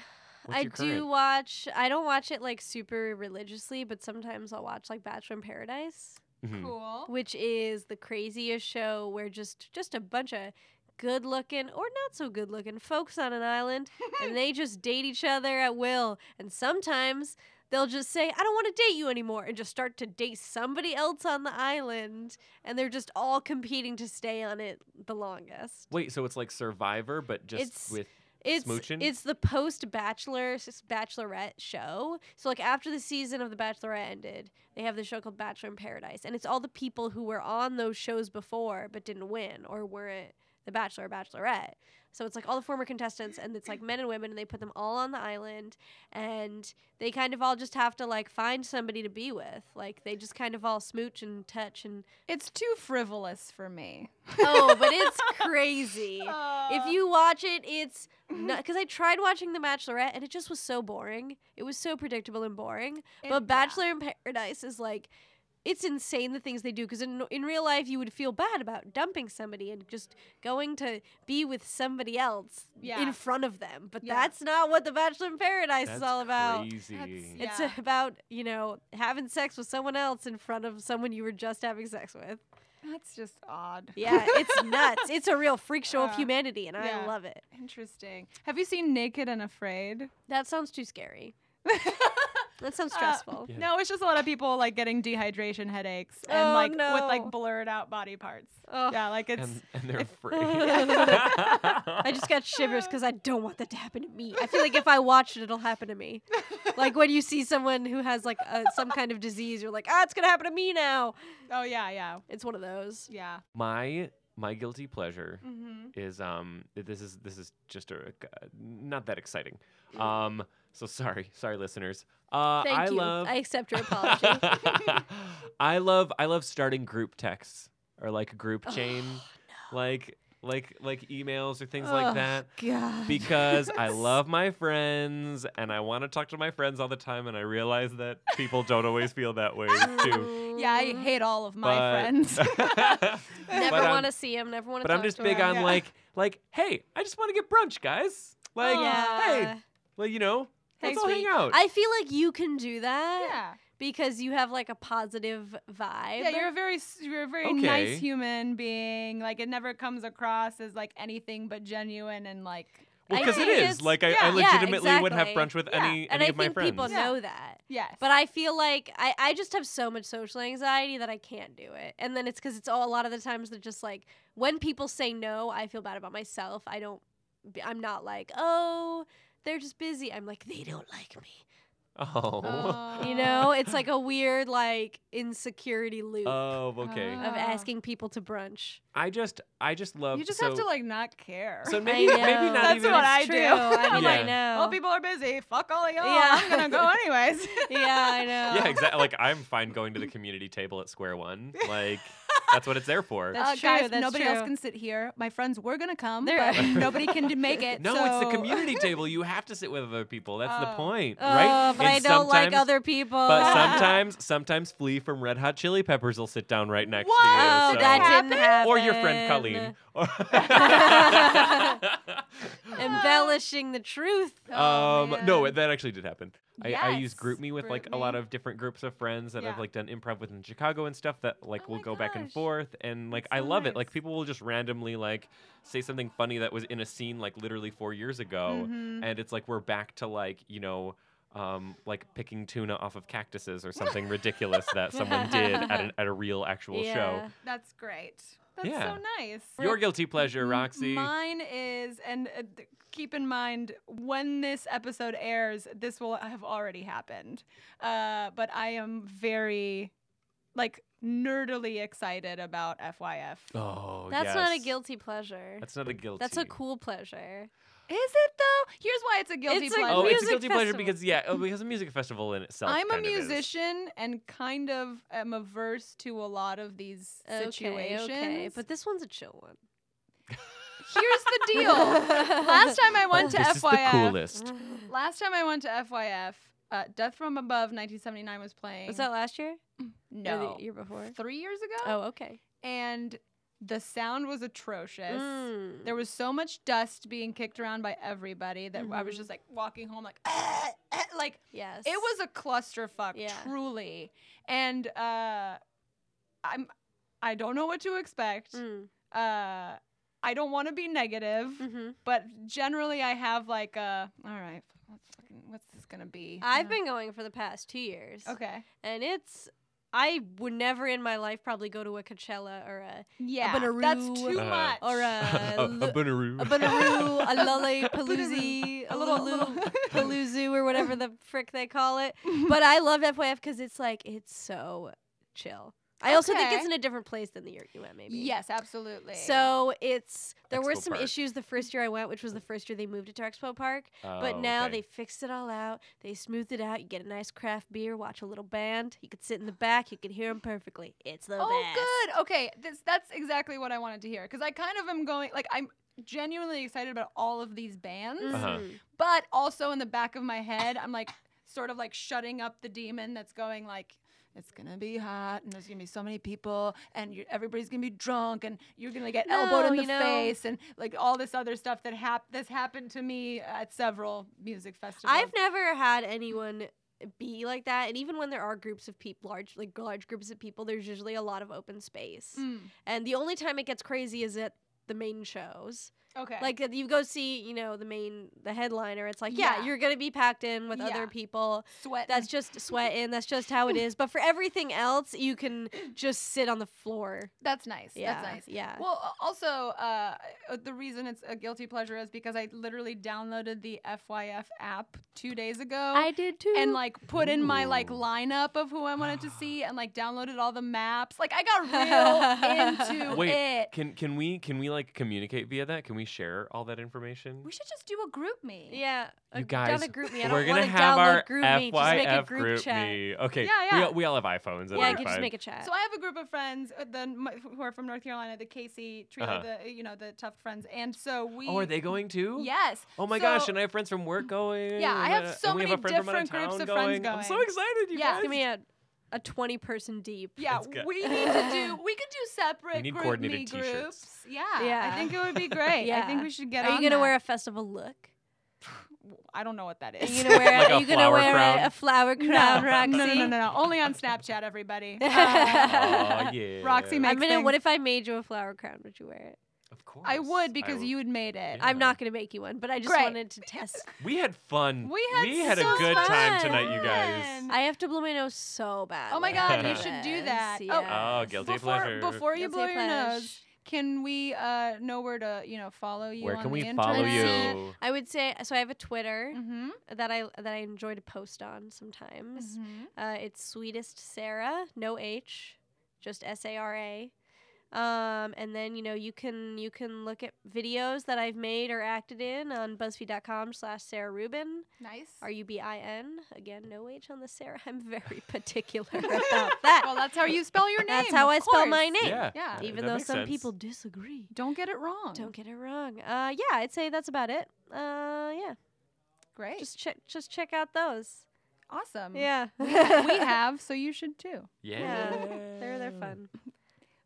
S1: What's
S3: I
S1: your
S3: do
S1: current?
S3: watch. I don't watch it like super religiously, but sometimes I'll watch like Bachelor in Paradise,
S1: Mhm.
S2: Cool.
S3: which is the craziest show where just just a bunch of good looking or not so good looking folks on an island, and they just date each other at will. And sometimes they'll just say, I don't want to date you anymore, and just start to date somebody else on the island. And they're just all competing to stay on it the longest.
S1: Wait, so it's like Survivor, but just
S3: It's-
S1: with
S3: It's
S1: Smooching?
S3: it's the post Bachelor s- Bachelorette show. So like after the season of the Bachelorette ended, they have the show called Bachelor in Paradise, and it's all the people who were on those shows before but didn't win or weren't the Bachelor or Bachelorette. So it's like all the former contestants, and it's like men and women, and they put them all on the island, and they kind of all just have to like find somebody to be with. Like they just kind of all smooch and touch and
S2: It's too frivolous for me.
S3: oh, but it's crazy if
S2: Uh, Mm-hmm.
S3: you watch it, it's because I tried watching The Bachelorette and it just was so boring. It was so predictable and boring.
S2: it-
S3: but Bachelor in Paradise is like, it's insane the things they do because in, in real life you would feel bad about dumping somebody and just going to be with somebody else
S2: Yeah.
S3: in front of them. But
S2: Yeah.
S3: that's not what The Bachelor in Paradise
S1: that's
S3: is all about.
S1: crazy.
S2: That's-
S3: It's
S2: Yeah.
S3: about, you know, having sex with someone else in front of someone you were just having sex with.
S2: yeah. that's just odd.
S3: Yeah, it's nuts. It's a real freak show of
S2: Yeah.
S3: humanity, and
S2: Uh, Yeah.
S3: I love it.
S2: Interesting. Have you seen Naked and Afraid?
S3: That sounds too scary. That sounds
S2: Uh,
S3: stressful.
S1: Yeah.
S2: No, it's just a lot of people like getting dehydration headaches and
S3: Oh,
S2: like with like
S3: no.
S2: blurred out body parts.
S3: Ugh.
S2: Yeah, like it's
S1: and, and they're free.
S3: I just got shivers because I don't want that to happen to me. I feel like if I watch it, it'll happen to me. Like when you see someone who has like a, some kind of disease, you're like, ah, it's gonna happen to me now.
S2: oh yeah, yeah,
S3: It's one of those.
S2: yeah.
S1: my my guilty pleasure
S2: Mm-hmm.
S1: is um this is this is just a not that exciting. Um so sorry, sorry listeners. Uh
S3: Mm. Thank
S1: I
S3: you.
S1: love
S3: I accept your apology.
S1: I love I love starting group texts or like group
S3: Oh,
S1: chain, like like like emails or things like
S3: Ugh,
S1: that
S3: God.
S1: because I love my friends and I want to talk to my friends all the time and I realize that people don't always feel that way too.
S2: Yeah, I hate all of my
S1: But-
S2: friends.
S1: But
S3: Never
S1: I'm-
S3: want to see him. Never want to.
S1: But I'm just big on
S2: Yeah.
S1: like like hey, I just want to get brunch, guys. Like hey, well you know, let's
S2: Thanks,
S1: all hang out.
S3: I feel like you can do that
S2: yeah,
S3: because you have like a positive vibe.
S2: yeah. You're a very s- you're a very nice
S1: Okay.
S2: human being. Like it never comes across as like anything but genuine and like
S1: well,
S3: I
S1: because it
S3: think
S1: is
S3: it's-
S1: like I, I
S2: yeah,
S1: legitimately would have brunch
S3: exactly.
S1: with
S2: Yeah,
S1: any
S3: and
S1: any
S3: I
S1: of my
S3: think
S1: friends.
S3: people
S2: Yeah.
S3: know that.
S2: yes.
S3: But I feel like I, I just have so much social anxiety that I can't do it. And then it's because it's all a lot of the times that just like when people say no, I feel bad about myself. I don't, b- I'm not like, oh, they're just busy. I'm like, they don't like me.
S1: Oh.
S3: You know, it's like a weird like insecurity loop
S1: Oh, okay.
S2: Uh,
S3: of asking people to brunch.
S1: I just I just love
S2: you just
S1: Uh, so,
S2: have to like not care.
S1: so maybe maybe not
S3: know.
S2: That's
S1: even
S2: what I
S3: It's
S2: do.
S3: true. I mean,
S1: Yeah.
S3: I know.
S2: well, people are busy. Fuck all of y'all.
S3: Yeah.
S2: I'm gonna go anyways.
S3: yeah, I know.
S1: Yeah, exactly. Like I'm fine going to the community table at Square One. Like that's what it's there for.
S3: That's true,
S2: Uh, Guys,
S3: that's
S2: nobody else
S3: true.
S2: can sit here. My friends were gonna come,
S3: They're-
S2: but nobody can d- make it.
S1: no, it's the
S2: so-
S1: community table. You have to sit with other people. That's the
S2: Oh.
S1: point,
S3: Oh,
S1: right?
S3: But
S1: And
S3: I don't like
S1: sometimes-
S3: other people.
S1: But sometimes, sometimes Flea from Red Hot Chili Peppers will sit down right next to you.
S3: oh,
S1: so-
S3: that didn't happen.
S1: or your friend Colleen.
S3: embellishing the truth.
S2: Oh,
S1: um, no,
S2: man.
S1: that actually did happen. I, I use
S2: Yes,
S1: GroupMe with like a lot of different groups of friends that I've
S2: Yeah.
S1: like done improv with in Chicago and stuff that like
S2: Oh
S1: we'll
S2: my
S1: go back and
S2: gosh.
S1: forth and like
S2: That's
S1: I
S2: so
S1: love it. Like
S2: nice.
S1: people will just randomly like say something funny that was in a scene like literally four years ago,
S2: Mhm.
S1: and it's like we're back to like you know. Um, like picking tuna off of cactuses or something ridiculous that someone did at, an, at a real actual
S3: Oh, Yeah.
S2: That's great. That's
S1: Yeah.
S2: so nice.
S1: show. Your guilty pleasure,
S2: M-
S1: Roxy.
S2: Mine is, and uh, th- keep in mind when this episode airs, this will have already happened. Uh, but I am very, like, nerdily excited about FYF.
S1: oh,
S3: That's not a
S1: yes.
S3: guilty pleasure. That's,
S1: That's not a guilty.
S3: a cool pleasure.
S2: Is it though? Here's why it's a guilty
S3: It's a
S2: pleasure.
S1: Oh, it's a
S3: music
S1: guilty pleasure
S3: festival.
S1: because yeah, oh, because a music festival in itself.
S2: I'm a
S1: kind of is.
S2: musician and kind of am averse to a lot of these
S3: Okay,
S2: situations.
S3: okay. But this one's a chill one.
S2: here's the deal. Last time I went to
S1: Oh, this is the
S2: FYF,
S1: coolest.
S3: Mm-hmm.
S2: last time I went to FYF, uh, Death from Above 1979 was playing.
S3: Was that last year? Or
S2: no
S3: the year before?
S2: three years ago?
S3: Oh, okay.
S2: And the sound was atrocious.
S3: Mm.
S2: There was so much dust being kicked around by everybody that I was
S3: Mhm.
S2: just like walking home like "Ah, ah," like
S3: yes.
S2: It was a clusterfuck,
S3: Yeah.
S2: truly. And uh, I'm I don't know what to expect.
S3: Mm.
S2: Uh, I don't want to be negative,
S3: hmm
S2: but generally I have like a all right, what's fucking, what's this gonna be?
S3: I've
S2: Uh,
S3: been going for the past two years.
S2: okay.
S3: And it's. I would never in my life probably go to a Coachella or a
S2: Yeah,
S3: Bonnaroo
S2: that's too
S1: Uh,
S2: much.
S3: or a
S1: a,
S3: lu-
S1: a Bonnaroo.
S3: a Bonnaroo, a Lollapalooza, a
S2: A little-
S3: little Palooza or whatever the frick they call it. But I love FYF because it's like it's so chill. I also think it's
S2: Okay.
S3: in a different place than the year you went, maybe.
S2: yes, absolutely.
S3: So it's there were
S1: Expo
S3: some
S1: Park.
S3: issues the first year I went, which was the first year they moved it to Expo Park. But
S1: Oh,
S3: now
S1: okay.
S3: they fixed it all out. They smoothed it out. You get a nice craft beer, watch a little band. You could sit in the back. You could hear them perfectly. It's the
S2: Oh,
S3: best.
S2: good. Okay, this, that's exactly what I wanted to hear because I kind of am going like I'm genuinely excited about all of these bands,
S1: Uh-huh.
S3: Mhm.
S2: but also in the back of my head, I'm like sort of like shutting up the demon that's going like. It's gonna be hot, and there's gonna be so many people, and you everybody's gonna be drunk, and you're gonna get elbowed
S3: No,
S2: in the
S3: you know-
S2: face, and like all this other stuff that hap- this happened to me at several music festivals.
S3: I've never had anyone be like that, and even when there are groups of people, large like large groups of people, there's usually a lot of open space.
S2: Mm,
S3: And the only time it gets crazy is at the main shows.
S2: okay,
S3: Like if you go see, you know, the main the headliner. It's like, yeah,
S2: Yeah.
S3: you're gonna be packed in with
S2: Yeah.
S3: other people.
S2: sweat.
S3: That's just sweating. That's just how it is. But for everything else, you can just sit on the floor.
S2: that's nice.
S3: Yeah,
S2: That's nice.
S3: yeah.
S2: Well, a- also, uh, uh, the reason it's a guilty pleasure is because I literally downloaded the FYF app two days ago.
S3: did too.
S2: and like put in my like
S1: Ooh.
S2: lineup of who I wanted to see and like downloaded all the maps. Like I got real into
S1: Wait,
S2: it.
S1: Can can we can we like communicate via that? Can we share all that information?
S2: We should just do a group me.
S3: yeah,
S1: You
S3: uh,
S1: guys,
S3: down a group me. I
S1: We're
S3: don't
S1: gonna
S3: want to
S1: have
S3: download
S1: our
S3: group me.
S1: FYF
S3: Just make a group,
S1: group
S3: chat.
S1: me. Okay.
S2: Yeah,
S1: We,
S2: yeah.
S1: all- we all have iPhones. That'll
S3: Yeah, I
S1: be
S3: can just
S1: fine.
S3: make a chat.
S2: So I have a group of friends uh, the, my, who are from North Carolina, the Casey trio,
S1: Uh-huh.
S2: the you know the tough friends, and so we.
S1: Oh, are they going too?
S2: Yes.
S1: Oh my
S2: So-
S1: gosh, and I have friends from work going.
S2: Yeah, I
S1: and,
S2: have
S1: uh,
S2: so
S1: and we have
S2: many
S1: a friend from out
S2: different groups
S1: town
S2: of friends
S1: I'm so
S2: going.
S1: excited, you
S2: Yeah.
S1: guys.
S3: Give me a, a 20 person deep.
S2: Yeah,
S1: That's good.
S2: we need to do. We could do separate
S1: need
S2: group
S1: coordinated
S2: me
S1: t-shirts.
S2: groups. Yeah,
S3: Yeah.
S2: I think it would be great. I think
S3: Yeah.
S2: we should get.
S3: Are you
S2: on
S3: gonna
S2: that.
S3: wear a festival look?
S2: I don't know what that
S3: Are
S2: is.
S3: you gonna wear?
S1: Like
S3: are
S1: a
S3: you gonna
S1: flower
S3: wear
S1: crown?
S3: A, a flower crown,
S2: no,
S3: Roxy?
S2: No, no, no, no, no. Only on Snapchat, everybody. Uh,
S1: Oh yeah.
S2: Roxy
S3: I
S2: makes
S3: mean, what
S2: things.
S3: if I made you a flower crown? Would you wear it?
S1: Of course.
S2: I would because you had made
S1: Yeah.
S2: it.
S3: I'm not gonna make you one, but I just
S2: Great.
S3: wanted to test.
S1: We had fun.
S2: We had
S1: a
S2: so
S1: good time tonight, you
S2: fun.
S1: guys.
S3: I have to blow my nose so bad.
S2: Oh my
S1: God, you
S2: should do that. Oh.
S1: Oh, guilty
S2: before,
S1: pleasure.
S2: Before you
S3: Guilty
S2: blow your
S3: pleasure.
S2: nose, can we uh, know where to, you know, follow you?
S1: Where
S2: on
S1: can we
S2: the
S1: follow
S3: internet.
S1: you?
S3: I would say so. I have a Twitter
S2: Mm-hmm.
S3: that I that I enjoy to post on sometimes.
S2: mm-hmm.
S3: Uh, it's sweetest Sarah, no H, just S A R A. Um, and then you know you can you can look at videos that I've made or acted in on BuzzFeed.com/slash Sarah Rubin
S2: Nice.
S3: R U B I N again no H on the Sarah. I'm very particular about that.
S2: well, that's how you spell your name.
S3: That's how
S2: of
S3: I spell my
S2: course.
S3: name.
S1: Yeah.
S2: Yeah.
S1: that
S3: Even though
S1: makes
S3: some
S1: sense.
S3: people disagree.
S2: Don't get it wrong.
S3: Don't get it wrong. Uh, yeah, I'd say that's about it. Uh, yeah,
S2: Great.
S3: just check just check out those.
S1: Mm.
S2: awesome.
S3: Yeah,
S2: we have, so you should too.
S1: Yeah.
S3: Yeah, they're they're fun.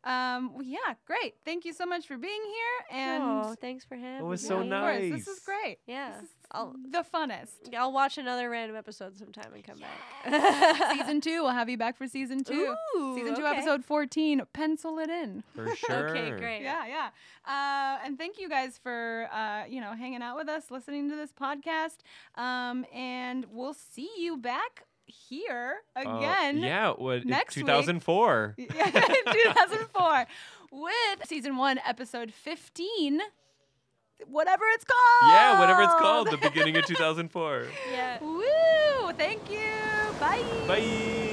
S2: Um, well, yeah, great. Thank you so much for being here. And
S3: oh, thanks for having.
S1: It was
S3: me.
S1: so
S2: of
S1: nice.
S2: course, this is great.
S3: Yeah,
S2: This is
S3: I'll
S2: the funnest.
S3: I'll watch another random episode sometime and come back.
S2: season two, we'll have you back for season two.
S3: Ooh,
S2: season two,
S3: okay.
S2: episode 14. Pencil it in.
S1: For sure.
S3: Okay, great.
S2: Yeah, yeah. Uh, and thank you guys for uh, you know hanging out with us, listening to this podcast. Um, and we'll see you back here
S1: Uh,
S2: again.
S1: yeah, what,
S2: next week.
S1: 2004.
S2: in 2004 with season one, episode 15, whatever it's called.
S1: Yeah, whatever it's called, the beginning of 2004.
S3: Yeah.
S2: Woo! Thank you. Bye.
S1: Bye.